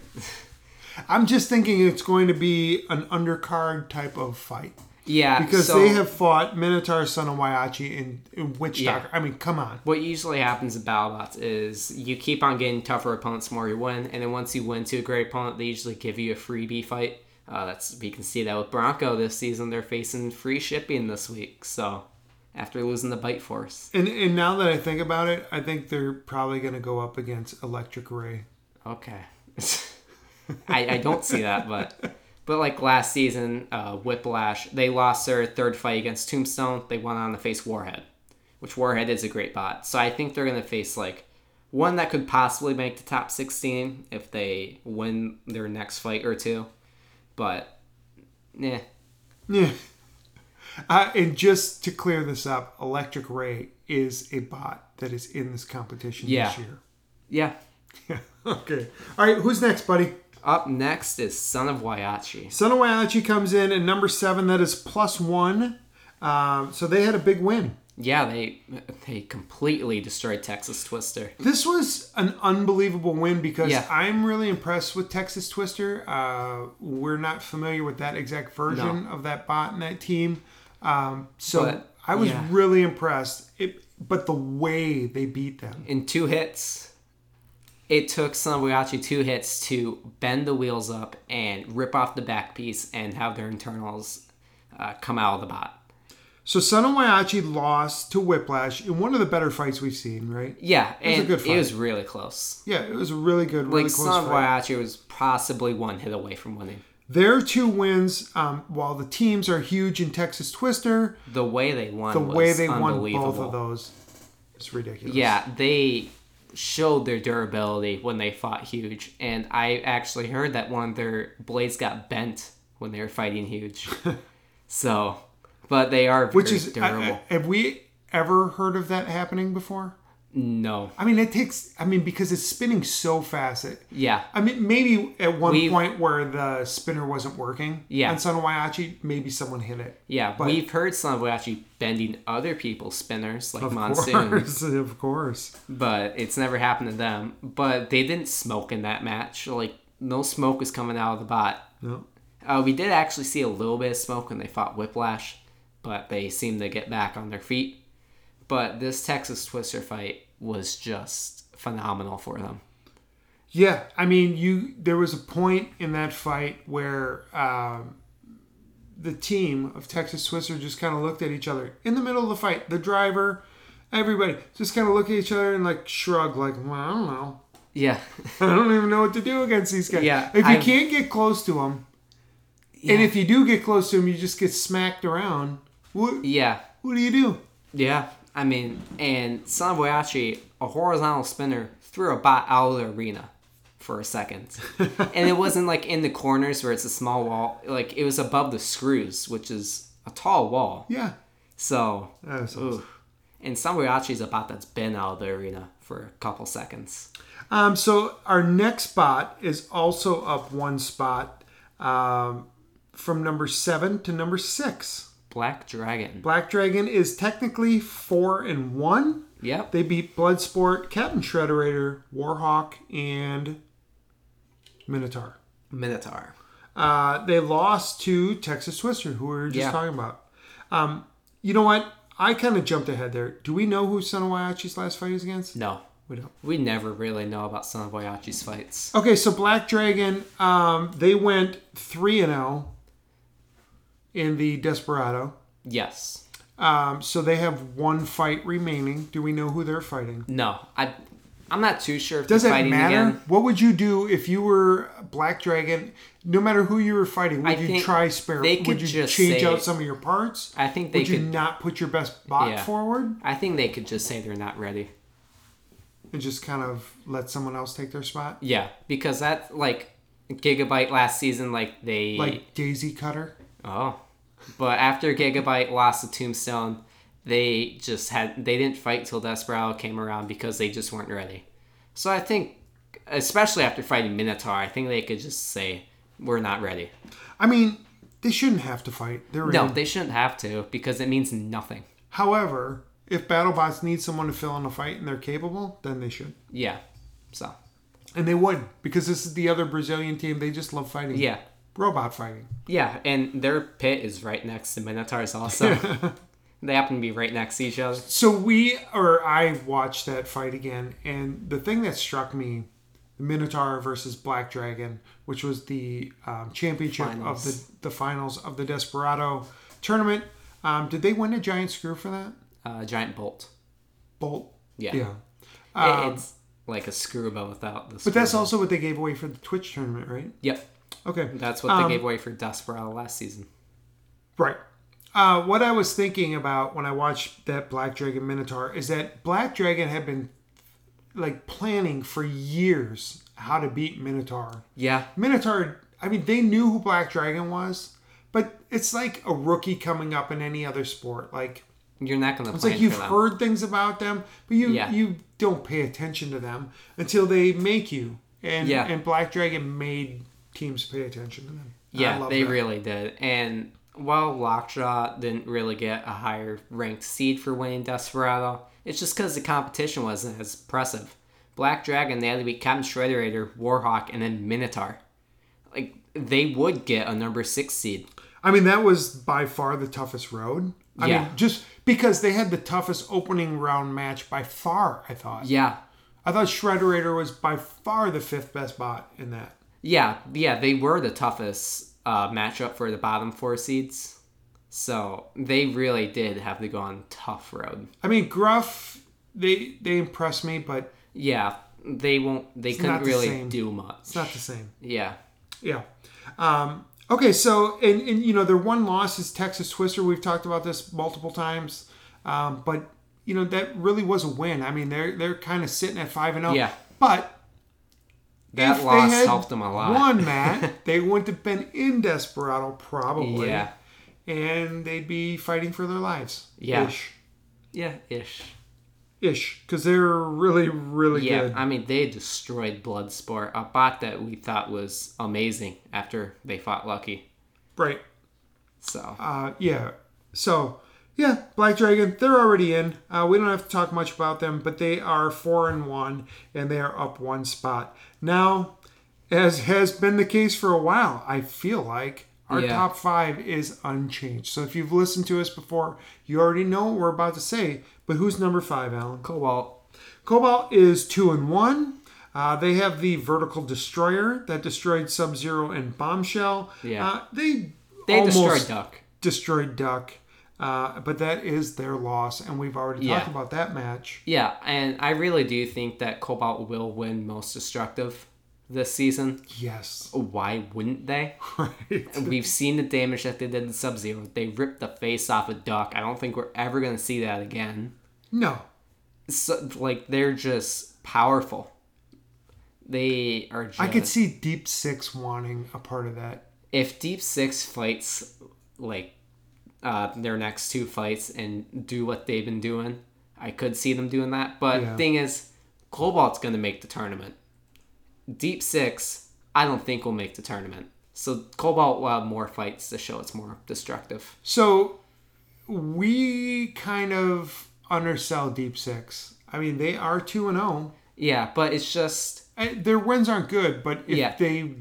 Speaker 1: I'm just thinking it's going to be an undercard type of fight
Speaker 2: yeah.
Speaker 1: because
Speaker 2: so
Speaker 1: they have fought Minotaur, Son of Waiachi, and, and Witch
Speaker 2: Yeah.
Speaker 1: Doctor. I mean, come on.
Speaker 2: What usually happens in battle bots is you keep on getting tougher opponents the more you win, and then once you win to a great opponent, they usually give you a freebie fight. Uh, that's we can see that with Bronco this season. They're facing free shipping this week, so after losing the Bite Force.
Speaker 1: And, and now that I think about it, I think they're probably going to go up against Electric Ray.
Speaker 2: Okay. I, I don't see that, but but like last season, uh, Whiplash, they lost their third fight against Tombstone. They went on to face Warhead, which Warhead is a great bot. So I think they're gonna face like one that could possibly make the top sixteen if they win their next fight or two. But yeah,
Speaker 1: Yeah. Uh, and just to clear this up, Electric Ray is a bot that is in this competition
Speaker 2: Yeah.
Speaker 1: this year.
Speaker 2: yeah.
Speaker 1: okay. All right. Who's next, buddy?
Speaker 2: Up next is Son of Waiachi.
Speaker 1: Son of Waiachi comes in at number seven. That is plus one. Um, so they had a big win.
Speaker 2: Yeah, they they completely destroyed Texas Twister.
Speaker 1: This was an unbelievable win because
Speaker 2: Yeah.
Speaker 1: I'm really impressed with Texas Twister. Uh, we're not familiar with that exact version of that bot and that team. Um, so
Speaker 2: But,
Speaker 1: I was
Speaker 2: yeah.
Speaker 1: really impressed. It, but the way they beat them.
Speaker 2: in two hits. It took Sanabuyachi two hits to bend the wheels up and rip off the back piece and have their internals uh, come out of the bot.
Speaker 1: So Son of Waiachi lost to Whiplash in one of the better fights we've seen, right?
Speaker 2: Yeah,
Speaker 1: was a
Speaker 2: and it
Speaker 1: good
Speaker 2: was,
Speaker 1: fight.
Speaker 2: really close.
Speaker 1: Yeah, it was a really good, really
Speaker 2: Like
Speaker 1: close
Speaker 2: Son of
Speaker 1: fight.
Speaker 2: Waiachi was possibly one hit away from winning.
Speaker 1: Their two wins, um, while the teams are huge in Texas Twister,
Speaker 2: The way they won,
Speaker 1: the
Speaker 2: was
Speaker 1: way they won
Speaker 2: unbelievable.
Speaker 1: both of those is ridiculous.
Speaker 2: Yeah, they showed their durability when they fought Huge, and I actually heard that one of their blades got bent when they were fighting Huge. so, but they are very
Speaker 1: Which is, I- I-
Speaker 2: durable.
Speaker 1: have we ever heard of that happening before?
Speaker 2: No.
Speaker 1: I mean, it takes. I mean, because it's spinning so fast. It,
Speaker 2: Yeah.
Speaker 1: I mean, maybe at one
Speaker 2: We've-
Speaker 1: point where the spinner wasn't working
Speaker 2: Yeah.
Speaker 1: on Sonowayachi, maybe someone hit it.
Speaker 2: Yeah.
Speaker 1: But-
Speaker 2: We've heard some actually bending other people's spinners like
Speaker 1: Of
Speaker 2: Monsoon,
Speaker 1: course, of course.
Speaker 2: but it's never happened to them. But they didn't smoke in that match. Like no smoke was coming out of the bot.
Speaker 1: No.
Speaker 2: Uh, we did actually see a little bit of smoke when they fought Whiplash, but they seemed to get back on their feet. But this Texas Twister fight was just phenomenal for them.
Speaker 1: Yeah, I mean, you. There was a point in that fight where um, the team of Texas Twister just kind of looked at each other in the middle of the fight. The driver, everybody, just kind of look at each other and like shrug, like, "Well, I don't know.
Speaker 2: Yeah.
Speaker 1: I don't even know what to do against these guys.
Speaker 2: Yeah,
Speaker 1: if you
Speaker 2: I've-
Speaker 1: can't get close to them, and if you do get close to them, you just get smacked around. What
Speaker 2: yeah.
Speaker 1: What do you do?
Speaker 2: Yeah. I mean, and Sanaboyachi, a horizontal spinner, threw a bot out of the arena for a second. and it wasn't like in the corners where it's a small wall. Like it was above the screws, which is a tall wall.
Speaker 1: Yeah,
Speaker 2: So
Speaker 1: That was
Speaker 2: Ooh. And Samurachi is a bot that's been out of the arena for a couple seconds.
Speaker 1: Um, so our next spot is also up one spot um, from number seven to number six.
Speaker 2: Black Dragon.
Speaker 1: Black Dragon is technically four and one.
Speaker 2: Yep.
Speaker 1: They beat Bloodsport, Captain Shredderator, Warhawk, and Minotaur.
Speaker 2: Minotaur.
Speaker 1: Uh, they lost to Texas Twister, who we were just
Speaker 2: Yeah.
Speaker 1: talking about. Um, you know what? I kind of jumped ahead there. Do we know who Sonowayachi's last fight is against?
Speaker 2: No.
Speaker 1: We don't.
Speaker 2: We never really know about Sanaboyachi's fights.
Speaker 1: Okay, so Black Dragon, um, they went three and zero in the Desperado.
Speaker 2: Yes.
Speaker 1: Um, so they have one fight remaining. Do we know who they're fighting?
Speaker 2: No. I I'm not too sure if
Speaker 1: Does
Speaker 2: they're
Speaker 1: it
Speaker 2: fighting
Speaker 1: matter?
Speaker 2: again.
Speaker 1: What would you do if you were Black Dragon? No matter who you were fighting, would
Speaker 2: I
Speaker 1: you
Speaker 2: think
Speaker 1: try spare?
Speaker 2: they
Speaker 1: would
Speaker 2: could
Speaker 1: you
Speaker 2: just
Speaker 1: change
Speaker 2: say-
Speaker 1: out some of your parts?
Speaker 2: I think they
Speaker 1: Would you
Speaker 2: could
Speaker 1: not put your best bot
Speaker 2: Yeah.
Speaker 1: forward
Speaker 2: I think they could just say they're not ready.
Speaker 1: and just kind of let someone else take their spot,
Speaker 2: Yeah. Because that like Gigabyte last season, like they
Speaker 1: like Daisy Cutter?
Speaker 2: Oh. But after Gigabyte lost to Tombstone, they just had they didn't fight till Desperado came around because they just weren't ready. So I think especially after fighting Minotaur, I think they could just say we're not ready.
Speaker 1: I mean, they shouldn't have to fight. They're
Speaker 2: No,
Speaker 1: in.
Speaker 2: they shouldn't have to because it means nothing.
Speaker 1: However, if BattleBots need someone to fill in a fight and they're capable, then they should.
Speaker 2: Yeah. So,
Speaker 1: And they would, because this is the other Brazilian team. They just love fighting.
Speaker 2: yeah.
Speaker 1: Robot fighting.
Speaker 2: Yeah, and their pit is right next to Minotaur's also. they happen to be right next to each other.
Speaker 1: So we, or I watched that fight again, and the thing that struck me Minotaur versus Black Dragon, which was the um, championship
Speaker 2: Finals.
Speaker 1: of the, the finals of the Desperado tournament. Um, did they win a giant screw for that?
Speaker 2: Uh, giant bolt.
Speaker 1: Bolt?
Speaker 2: Yeah.
Speaker 1: Yeah.
Speaker 2: It- it's like a screwball without the
Speaker 1: Um, But that's also what they gave away for the Twitch tournament, right?
Speaker 2: Yep.
Speaker 1: Okay.
Speaker 2: That's what
Speaker 1: Um,
Speaker 2: they gave away for Desperado last season.
Speaker 1: Right. Uh, what I was thinking about when I watched that Black Dragon Minotaur is that Black Dragon had been like planning for years how to beat Minotaur.
Speaker 2: Yeah.
Speaker 1: Minotaur, I mean, they knew who Black Dragon was, but it's like a rookie coming up in any other sport. Like
Speaker 2: You're not gonna
Speaker 1: it's
Speaker 2: plan
Speaker 1: like you've
Speaker 2: for them.
Speaker 1: heard things about them, but you
Speaker 2: Yeah.
Speaker 1: you don't pay attention to them until they make you. And
Speaker 2: Yeah.
Speaker 1: and Black Dragon made teams pay attention to them. I
Speaker 2: yeah,
Speaker 1: love
Speaker 2: they
Speaker 1: that.
Speaker 2: really did. And while Lockjaw didn't really get a higher ranked seed for winning Desperado, it's just because the competition wasn't as impressive. Black Dragon, they had to beat Captain Shredderator, Warhawk, and then Minotaur. Like they would get a number six seed.
Speaker 1: I mean, that was by far the toughest road. I
Speaker 2: Yeah.
Speaker 1: mean, just because they had the toughest opening round match by far, I thought.
Speaker 2: Yeah.
Speaker 1: I thought Shredderator was by far the fifth best bot in that.
Speaker 2: Yeah, yeah, they were the toughest uh, matchup for the bottom four seeds. So they really did have to go on a tough road.
Speaker 1: I mean, Gruff, they they impressed me, but
Speaker 2: Yeah, they won't. They couldn't
Speaker 1: not the
Speaker 2: really
Speaker 1: same.
Speaker 2: do much.
Speaker 1: it's not the same.
Speaker 2: Yeah,
Speaker 1: Yeah. Um, okay, so, and, and, you know, their one loss is Texas Twister. We've talked about this multiple times, um, but, you know, that really was a win. I mean, they're, they're kind of sitting at 5 and 0.
Speaker 2: Yeah.
Speaker 1: But
Speaker 2: that
Speaker 1: If they
Speaker 2: loss
Speaker 1: had
Speaker 2: helped them a lot.
Speaker 1: Won Matt, they wouldn't have been in Desperado probably.
Speaker 2: Yeah.
Speaker 1: And they'd be fighting for their lives.
Speaker 2: Yeah.
Speaker 1: Ish.
Speaker 2: Yeah, ish.
Speaker 1: ish because they're really really
Speaker 2: Yeah,
Speaker 1: good.
Speaker 2: I mean they destroyed Bloodsport, a bot that we thought was amazing after they fought Lucky.
Speaker 1: Right.
Speaker 2: So
Speaker 1: Uh, yeah. So yeah, Black Dragon. They're already in. Uh, we don't have to talk much about them, but they are four and one, and they are up one spot now. As has been the case for a while, I feel like our
Speaker 2: Yeah.
Speaker 1: top five is unchanged. So if you've listened to us before, you already know what we're about to say. But who's number five, Alan?
Speaker 2: Cobalt,
Speaker 1: Cobalt is two and one. Uh, they have the vertical destroyer that destroyed Sub Zero and Bombshell.
Speaker 2: Yeah.
Speaker 1: Uh, they
Speaker 2: they
Speaker 1: almost
Speaker 2: destroyed Duck.
Speaker 1: destroyed Duck, uh, but that is their loss, and we've already
Speaker 2: Yeah.
Speaker 1: talked about that match.
Speaker 2: Yeah, and I really do think that Cobalt will win most destructive this season.
Speaker 1: Yes,
Speaker 2: Why wouldn't they?
Speaker 1: right.
Speaker 2: We've seen the damage that they did to Sub Zero. They ripped the face off a duck. I don't think we're ever gonna see that again.
Speaker 1: No,
Speaker 2: So, like they're just powerful. They are. Just,
Speaker 1: I could see Deep Six wanting a part of that.
Speaker 2: if Deep Six fights like uh, their next two fights and do what they've been doing, I could see them doing that. But
Speaker 1: Yeah.
Speaker 2: thing is, Cobalt's gonna make the tournament. Deep Six, I don't think will make the tournament. So Cobalt will have more fights to show it's more destructive.
Speaker 1: So we kind of undersell Deep Six. I mean, they are two and zero.
Speaker 2: Yeah, but it's just
Speaker 1: I- Their wins aren't good, but if
Speaker 2: Yeah.
Speaker 1: they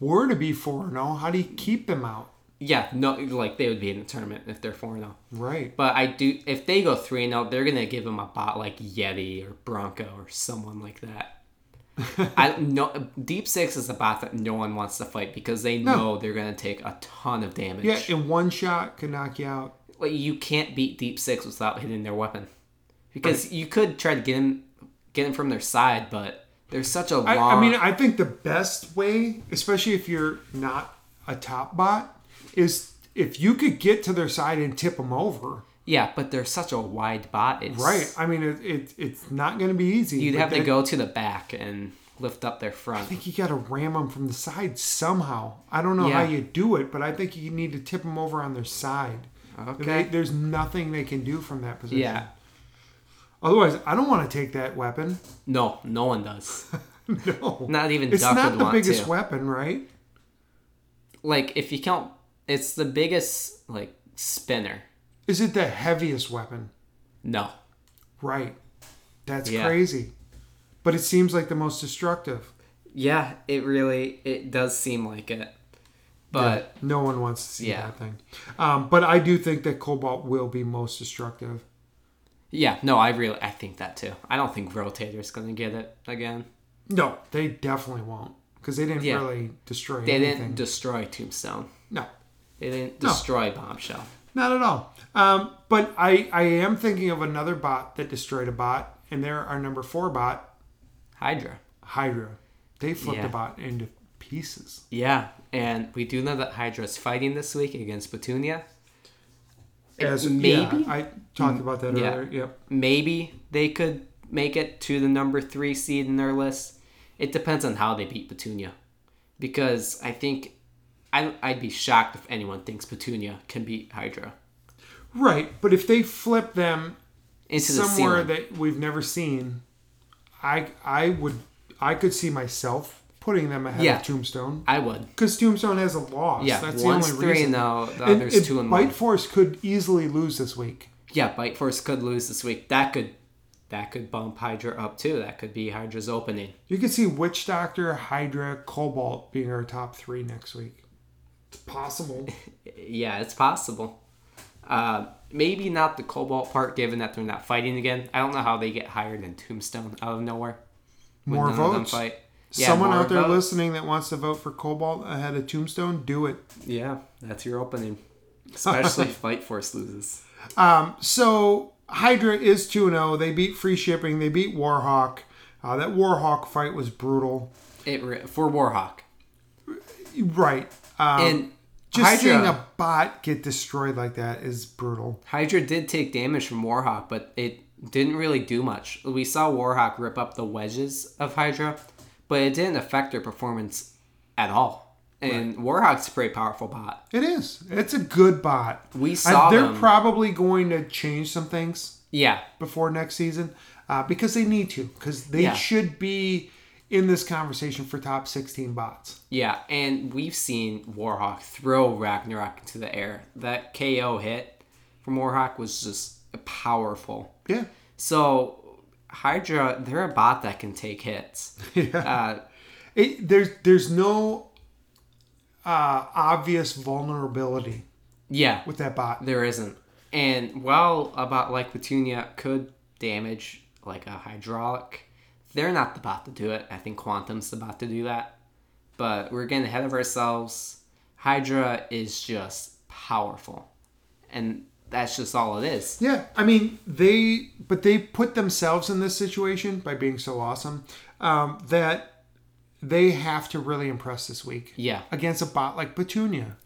Speaker 1: were to be four and zero, how do you keep them out?
Speaker 2: yeah, no, like they would be in the tournament if they're four oh. four zero.
Speaker 1: Right.
Speaker 2: But I do if they go three and out, they're gonna give him a bot like Yeti or Bronco or someone like that. I no Deep Six is a bot that no one wants to fight because they know they're gonna take a ton of damage.
Speaker 1: Yeah, in one shot could knock you out.
Speaker 2: Like you can't beat Deep Six without hitting their weapon. Because you could try to get him get him from their side, but there's such a long
Speaker 1: I, I mean, I think the best way, especially if you're not a top bot, is if you could get to their side and tip them over.
Speaker 2: Yeah, but there's such a wide bot. It's,
Speaker 1: Right. I mean, it, it it's not going to be easy.
Speaker 2: You'd
Speaker 1: but
Speaker 2: have to
Speaker 1: then
Speaker 2: go to the back and lift up their front.
Speaker 1: I think you got to ram them from the side somehow. I don't know
Speaker 2: Yeah.
Speaker 1: how you do it, but I think you need to tip them over on their side.
Speaker 2: Okay.
Speaker 1: They- there's nothing they can do from that position.
Speaker 2: Yeah.
Speaker 1: Otherwise, I don't want to take that weapon.
Speaker 2: No, no one does.
Speaker 1: No.
Speaker 2: Not even
Speaker 1: it's
Speaker 2: Duck
Speaker 1: not
Speaker 2: would
Speaker 1: the
Speaker 2: want
Speaker 1: biggest
Speaker 2: to.
Speaker 1: weapon, right?
Speaker 2: like if you count it's the biggest like spinner
Speaker 1: Is it the heaviest weapon?
Speaker 2: no
Speaker 1: Right. That's
Speaker 2: Yeah.
Speaker 1: crazy. But it seems like the most destructive.
Speaker 2: yeah it really it does seem like it but
Speaker 1: No one wants to see
Speaker 2: Yeah.
Speaker 1: that thing. Um, but I do think that Cobalt will be most destructive.
Speaker 2: yeah. no i really i think that too i don't think rotator's gonna get it again
Speaker 1: No, they definitely won't because they didn't
Speaker 2: Yeah.
Speaker 1: really destroy
Speaker 2: they
Speaker 1: anything.
Speaker 2: didn't destroy tombstone
Speaker 1: no,
Speaker 2: they didn't destroy bombshell
Speaker 1: not at all. Um, but I, I am thinking of another bot that destroyed a bot, and they're our number four bot,
Speaker 2: hydra
Speaker 1: Hydra. They flipped
Speaker 2: Yeah.
Speaker 1: the bot into pieces.
Speaker 2: yeah and we do know that hydra's fighting this week against petunia
Speaker 1: As,
Speaker 2: maybe?
Speaker 1: yeah, I talked about that
Speaker 2: Mm. yeah.
Speaker 1: earlier. Yep.
Speaker 2: maybe they could make it to the number three seed in their list. It depends on how they beat Petunia, because I think I, I'd be shocked if anyone thinks Petunia can beat Hydra
Speaker 1: Right. But if they flip them
Speaker 2: into the
Speaker 1: somewhere
Speaker 2: ceiling.
Speaker 1: that we've never seen. I I would I could see myself putting them ahead
Speaker 2: Yeah.
Speaker 1: of Tombstone
Speaker 2: I would.
Speaker 1: because Tombstone has a loss.
Speaker 2: Yeah,
Speaker 1: that's
Speaker 2: one's
Speaker 1: the only
Speaker 2: three
Speaker 1: reason.
Speaker 2: and now the
Speaker 1: And-
Speaker 2: other's
Speaker 1: and
Speaker 2: two and
Speaker 1: Bite
Speaker 2: one.
Speaker 1: Force could easily lose this week.
Speaker 2: Yeah, Bite Force could lose this week. That could that could bump Hydra up too. That could be Hydra's opening.
Speaker 1: You could see Witch Doctor, Hydra, Cobalt being our top three next week. It's possible.
Speaker 2: Yeah, it's possible. Uh, maybe not the Cobalt part, given that they're not fighting again. I don't know how they get higher than Tombstone out of nowhere. when
Speaker 1: More
Speaker 2: none of them
Speaker 1: votes.
Speaker 2: fight. Yeah,
Speaker 1: Someone
Speaker 2: more
Speaker 1: out there
Speaker 2: votes.
Speaker 1: listening that wants to vote for Cobalt ahead of Tombstone, do it.
Speaker 2: Yeah, that's your opening. Especially if Fight Force loses.
Speaker 1: so Hydra is 2 0. They beat Free Shipping. They beat Warhawk. Uh, that Warhawk fight was brutal.
Speaker 2: It re- for Warhawk
Speaker 1: Right. Um,
Speaker 2: and
Speaker 1: just seeing
Speaker 2: Hydra.
Speaker 1: a bot get destroyed like that is brutal.
Speaker 2: Hydra did take damage from Warhawk, but it didn't really do much. We saw Warhawk rip up the wedges of Hydra, but it didn't affect her performance at all. And Warhawk's a pretty powerful bot.
Speaker 1: It is. It's a good bot.
Speaker 2: We
Speaker 1: I-
Speaker 2: saw
Speaker 1: they're
Speaker 2: them.
Speaker 1: probably going to change some things
Speaker 2: yeah,
Speaker 1: before next season uh, because they need to because they
Speaker 2: Yeah.
Speaker 1: should be in this conversation for top 16 bots.
Speaker 2: yeah. And we've seen Warhawk throw Ragnarok into the air. That KO hit from Warhawk was just powerful.
Speaker 1: Yeah.
Speaker 2: So Hydra, they're a bot that can take hits. Uh,
Speaker 1: It, there's there's no uh, obvious vulnerability
Speaker 2: yeah,
Speaker 1: with that bot.
Speaker 2: there isn't. And while a bot like Petunia could damage like a hydraulic, they're not the bot to do it. I think Quantum's the bot to do that. But we're getting ahead of ourselves. Hydra is just powerful. And that's just all it is.
Speaker 1: Yeah, I mean they, but they put themselves in this situation by being so awesome um, that they have to really impress this week
Speaker 2: Yeah.
Speaker 1: against a bot like Petunia.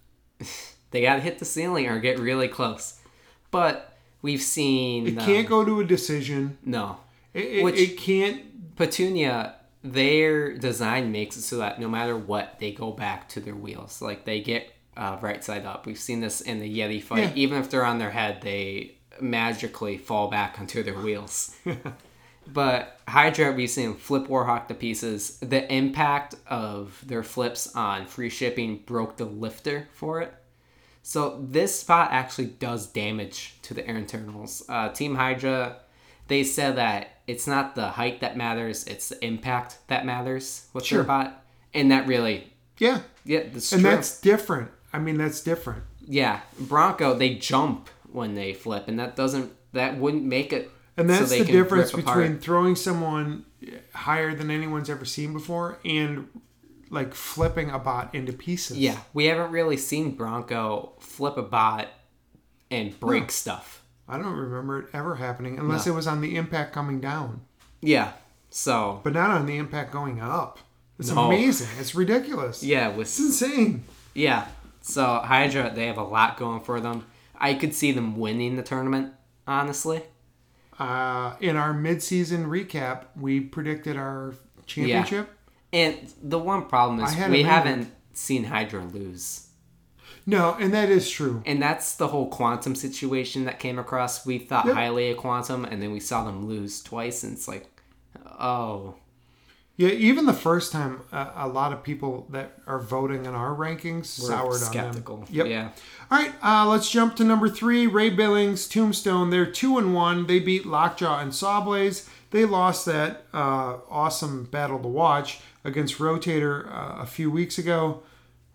Speaker 2: They gotta hit the ceiling or get really close. But we've seen
Speaker 1: It
Speaker 2: um,
Speaker 1: can't go to a decision.
Speaker 2: no.
Speaker 1: It, it,
Speaker 2: Which-
Speaker 1: it can't.
Speaker 2: Petunia, their design makes it so that no matter what, they go back to their wheels. Like they get uh, right side up. We've seen this in the Yeti fight.
Speaker 1: Yeah.
Speaker 2: Even if they're on their head, they magically fall back onto their wheels. but Hydra, we've seen flip Warhawk to pieces. The impact of their flips on free shipping broke the lifter for it. So this spot actually does damage to the air internals. Uh, Team Hydra, they said that it's not the height that matters, it's the impact that matters with
Speaker 1: Sure.
Speaker 2: their bot. And that really,
Speaker 1: Yeah,
Speaker 2: yeah, that's
Speaker 1: and
Speaker 2: true.
Speaker 1: that's different. I mean, that's different.
Speaker 2: yeah, Bronco, they jump when they flip, and that doesn't, that wouldn't make it.
Speaker 1: And
Speaker 2: so
Speaker 1: that's
Speaker 2: they
Speaker 1: the
Speaker 2: can rip
Speaker 1: difference
Speaker 2: apart.
Speaker 1: between throwing someone higher than anyone's ever seen before and like flipping a bot into pieces.
Speaker 2: Yeah, we haven't really seen Bronco flip a bot and break stuff.
Speaker 1: I don't remember it ever happening unless it was on the impact coming down.
Speaker 2: Yeah, so
Speaker 1: but not on the impact going up. It's
Speaker 2: No.
Speaker 1: amazing. It's ridiculous.
Speaker 2: yeah, with
Speaker 1: It's insane.
Speaker 2: Yeah. So Hydra, they have a lot going for them. I could see them winning the tournament, honestly.
Speaker 1: Uh, in our mid-season recap, we predicted our championship.
Speaker 2: And the one problem
Speaker 1: I
Speaker 2: is
Speaker 1: had
Speaker 2: we
Speaker 1: a
Speaker 2: haven't seen Hydra lose.
Speaker 1: No, and that is true.
Speaker 2: And that's the whole quantum situation that came across. We thought highly of quantum and then we saw them lose twice and it's like oh
Speaker 1: Yeah, even the first time, uh, a lot of people that are voting in our rankings soured
Speaker 2: skeptical.
Speaker 1: on them. Yep.
Speaker 2: Yeah.
Speaker 1: All right, uh, let's jump to number three. Ray Billings, Tombstone. They're two and one. They beat Lockjaw and Sawblaze. They lost that uh, awesome battle to watch against Rotator uh, a few weeks ago.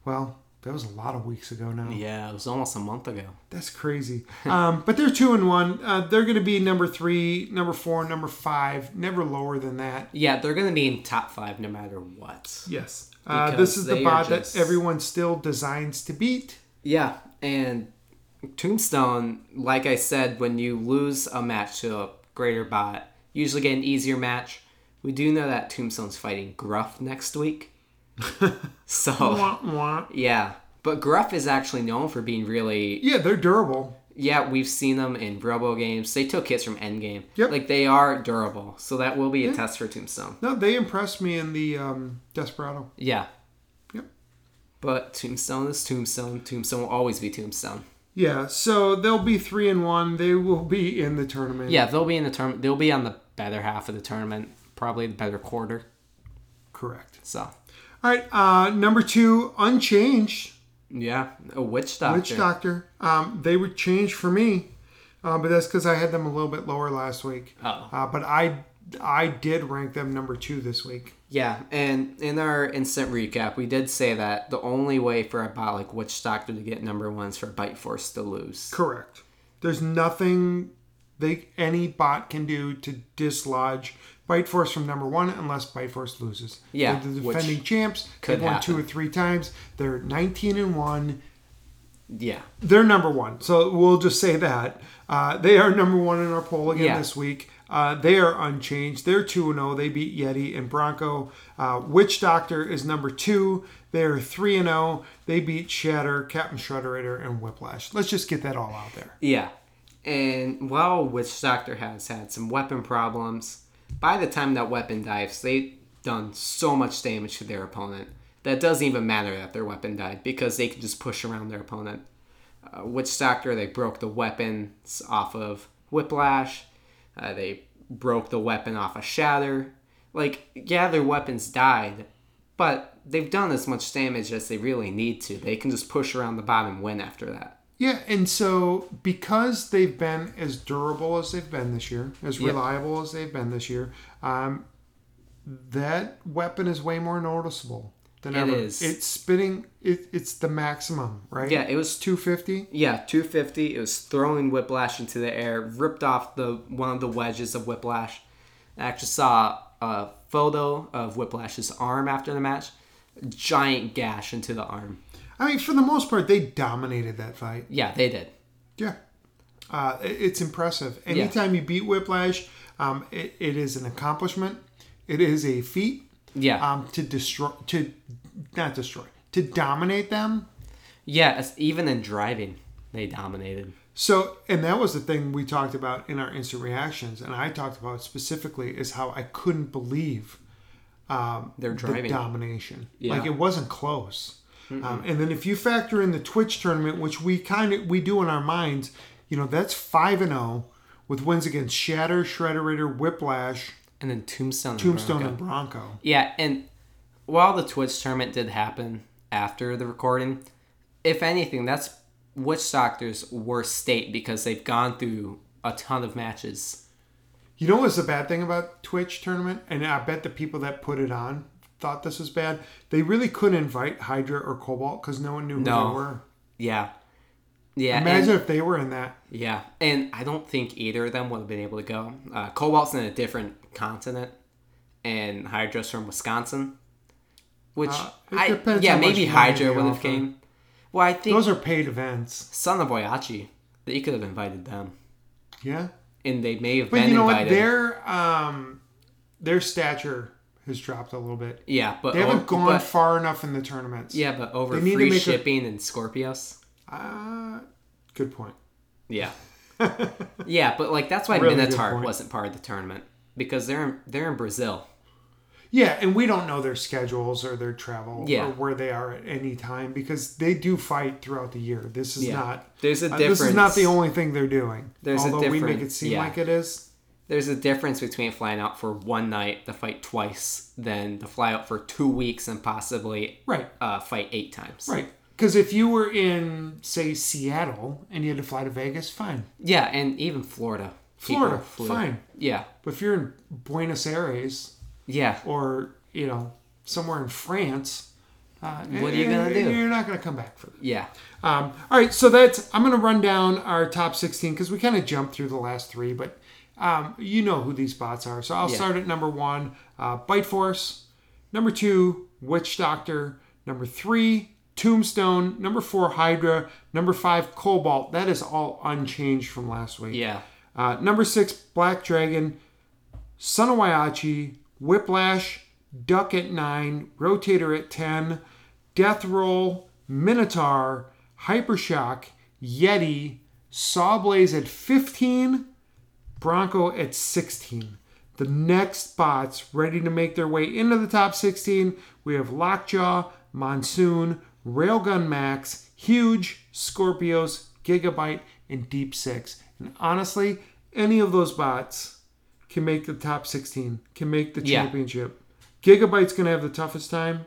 Speaker 1: Well, that was a lot of weeks ago now.
Speaker 2: Yeah, it was almost a month ago.
Speaker 1: That's crazy. um, but they're two and one. Uh, they're going to be number three, number four, number five. Never lower than that.
Speaker 2: Yeah, they're gonna be in top five no matter what.
Speaker 1: Yes. Uh,
Speaker 2: Because
Speaker 1: this is the
Speaker 2: they are
Speaker 1: bot
Speaker 2: just-
Speaker 1: that everyone still designs to beat.
Speaker 2: Yeah, and Tombstone, like I said, when you lose a match to a greater bot, you usually get an easier match. We do know that Tombstone's fighting Gruff next week. so,
Speaker 1: Wah, wah.
Speaker 2: yeah. But Gruff is actually known for being really.
Speaker 1: Yeah, they're durable.
Speaker 2: Yeah, we've seen them in Robo games. They took hits from Endgame.
Speaker 1: Yep.
Speaker 2: Like, they are durable. So, that will be a test for Tombstone.
Speaker 1: No, they impressed me in the um, Desperado.
Speaker 2: Yeah.
Speaker 1: Yep.
Speaker 2: But Tombstone is Tombstone. Tombstone will always be Tombstone.
Speaker 1: Yeah, so they'll be three and one. They will be in the tournament.
Speaker 2: Yeah, they'll be in the term. They'll be on the better half of the tournament, probably the better quarter.
Speaker 1: correct.
Speaker 2: So,
Speaker 1: All right, uh, number two, unchanged.
Speaker 2: yeah, a witch doctor.
Speaker 1: Witch Doctor. Um, they would change for me, uh, but that's because I had them a little bit lower last week.
Speaker 2: Oh.
Speaker 1: Uh, but I I did rank them number two this week.
Speaker 2: Yeah, and in our instant recap, we did say that the only way for a bot like witch doctor to get number one is for bite force to lose.
Speaker 1: Correct. There's nothing they any bot can do to dislodge Bite Force from number one unless Bite Force loses.
Speaker 2: Yeah,
Speaker 1: They're the
Speaker 2: which
Speaker 1: defending champs.
Speaker 2: could
Speaker 1: They've won two or
Speaker 2: happen.
Speaker 1: three times. They're 19 and one.
Speaker 2: Yeah,
Speaker 1: They're number one. So we'll just say that uh, they are number one in our poll again
Speaker 2: Yeah.
Speaker 1: this week. Uh, they are unchanged. They're two and zero. They beat Yeti and Bronco. Uh, Witch Doctor is number two. They are three and zero. They beat Shatter, Captain Shredderator, and Whiplash. Let's just get that all out there.
Speaker 2: yeah. And while witch doctor has had some weapon problems, by the time that weapon dives, they've done so much damage to their opponent that doesn't even matter that their weapon died because they can just push around their opponent. Uh, Witch Doctor, they broke the weapons off of Whiplash. Uh, they broke the weapon off of Shatter. Like, yeah, their weapons died, but they've done as much damage as they really need to. They can just push around the bottom win after that.
Speaker 1: Yeah, and so because they've been as durable as they've been this year, as
Speaker 2: Yep.
Speaker 1: reliable as they've been this year, um, that weapon is way more noticeable than
Speaker 2: It
Speaker 1: ever.
Speaker 2: is.
Speaker 1: It's spinning. It, it's the maximum, right?
Speaker 2: Yeah, it was
Speaker 1: two fifty.
Speaker 2: Yeah, 250. It was throwing Whiplash into the air, ripped off the one of the wedges of Whiplash. I actually saw a photo of Whiplash's arm after the match. Giant gash into the arm.
Speaker 1: I mean, for the most part, they dominated that fight.
Speaker 2: Yeah, they did.
Speaker 1: Yeah. Uh, it- it's impressive. Anytime you beat Whiplash, um, it, it is an accomplishment. It is a feat
Speaker 2: Yeah.
Speaker 1: um, to destroy, to not destroy, to dominate them.
Speaker 2: yeah, it's- even in driving, they dominated.
Speaker 1: So, and that was the thing we talked about in our instant reactions, and I talked about specifically is how I couldn't believe
Speaker 2: They're
Speaker 1: the
Speaker 2: driving.
Speaker 1: domination.
Speaker 2: Yeah.
Speaker 1: Like it wasn't close. Um, and then if you factor in the Twitch tournament, which we kind of we do in our minds, you know that's five and zero with wins against Shatter, Shredderator, Whiplash,
Speaker 2: and then Tombstone. and
Speaker 1: Tombstone,
Speaker 2: Bronco.
Speaker 1: and Bronco.
Speaker 2: Yeah, and while the Twitch tournament did happen after the recording, if anything, that's Witch Doctor's worst state because they've gone through a ton of matches.
Speaker 1: You know what's the bad thing about Twitch tournament? And I bet the people that put it on thought this was bad. They really couldn't invite Hydra or Cobalt because no one knew who
Speaker 2: No.
Speaker 1: they were.
Speaker 2: Yeah. Yeah.
Speaker 1: Imagine
Speaker 2: and,
Speaker 1: if they were in that.
Speaker 2: yeah. And I don't think either of them would have been able to go. Uh, Cobalt's in a different continent, and Hydra's from Wisconsin. Which,
Speaker 1: Uh, it
Speaker 2: I,
Speaker 1: depends
Speaker 2: yeah,
Speaker 1: how much money
Speaker 2: maybe Hydra
Speaker 1: they
Speaker 2: would have
Speaker 1: offer.
Speaker 2: came. Well, I think
Speaker 1: Those are paid events.
Speaker 2: Son of Boyachi, that you could have invited them.
Speaker 1: Yeah.
Speaker 2: And they may have
Speaker 1: But
Speaker 2: been
Speaker 1: you know
Speaker 2: invited.
Speaker 1: what? Their um, their stature has dropped a little bit.
Speaker 2: Yeah, but
Speaker 1: They haven't
Speaker 2: o-
Speaker 1: gone
Speaker 2: Oh, but-
Speaker 1: far enough in the tournaments.
Speaker 2: yeah, but over
Speaker 1: They need to
Speaker 2: free
Speaker 1: make a-
Speaker 2: shipping and Scorpios.
Speaker 1: Uh, good point.
Speaker 2: Yeah, yeah, but like that's why
Speaker 1: Really good
Speaker 2: Minotaur
Speaker 1: point.
Speaker 2: wasn't part of the tournament because they're in, they're in Brazil.
Speaker 1: Yeah, and we don't know their schedules or their travel
Speaker 2: Yeah.
Speaker 1: or where they are at any time because they do fight throughout the year. This is
Speaker 2: Yeah.
Speaker 1: not
Speaker 2: There's a
Speaker 1: uh,
Speaker 2: difference.
Speaker 1: this is not the only thing they're doing.
Speaker 2: There's a
Speaker 1: Although we make it
Speaker 2: difference,
Speaker 1: seem
Speaker 2: yeah.
Speaker 1: like it is.
Speaker 2: There's a difference between flying out for one night to fight twice than to fly out for two weeks and possibly
Speaker 1: Right.
Speaker 2: uh, fight eight times.
Speaker 1: Right. Because if you were in say Seattle and you had to fly to Vegas, fine.
Speaker 2: Yeah, and even Florida. people
Speaker 1: Florida,
Speaker 2: flew.
Speaker 1: fine.
Speaker 2: Yeah,
Speaker 1: But if you're in Buenos Aires,
Speaker 2: yeah,
Speaker 1: or you know somewhere in France. Uh,
Speaker 2: What are you gonna do?
Speaker 1: You're not gonna come back for that.
Speaker 2: yeah.
Speaker 1: Um, all right, so that's I'm gonna run down our top 16 because we kind of jumped through the last three, but um, you know who these bots are. So I'll
Speaker 2: Yeah.
Speaker 1: start at number one, uh, Bite Force. Number two, Witch Doctor. Number three, Tombstone. Number four, Hydra. Number five, Cobalt. That is all unchanged from last week.
Speaker 2: Yeah.
Speaker 1: Uh, number six, Black Dragon, Son of Waiachi, Whiplash, Duck at nine, Rotator at ten, Death Roll, Minotaur, Hypershock, Yeti, Sawblaze at fifteen, Bronco at sixteen. The next spots ready to make their way into the top 16. We have Lockjaw, Monsoon, Railgun Max, Huge, Scorpios, Gigabyte, and Deep Six. And honestly, any of those bots can make the top 16, can make the
Speaker 2: Yeah.
Speaker 1: championship. Gigabyte's going to have the toughest time.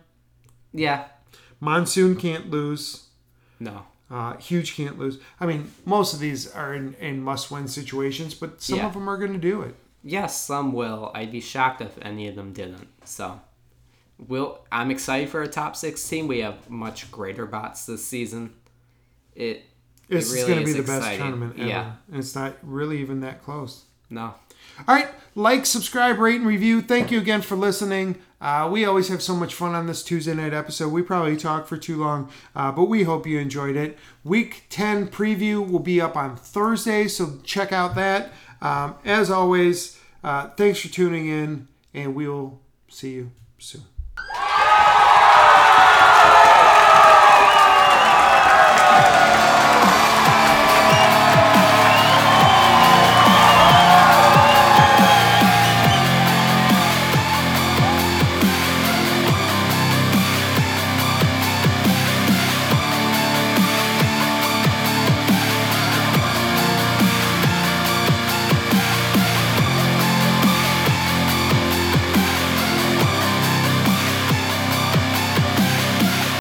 Speaker 2: Yeah.
Speaker 1: Monsoon can't lose.
Speaker 2: No.
Speaker 1: Uh, huge can't lose. I mean, most of these are in, in must win situations, but some
Speaker 2: Yeah.
Speaker 1: of them are going to do it.
Speaker 2: Yes, some will. I'd be shocked if any of them didn't. So, we'll, I'm excited for a top 16. We have much greater bots this season. It
Speaker 1: It's
Speaker 2: It really
Speaker 1: going to be
Speaker 2: is
Speaker 1: the best
Speaker 2: exciting.
Speaker 1: tournament ever.
Speaker 2: Yeah.
Speaker 1: And it's not really even that close.
Speaker 2: no.
Speaker 1: All right, like, subscribe, rate, and review. Thank you again for listening. Uh, we always have so much fun on this Tuesday night episode. We probably talked for too long, uh, but we hope you enjoyed it. Week 10 preview will be up on Thursday, so check out that. Um, as always, uh, thanks for tuning in, and we will see you soon.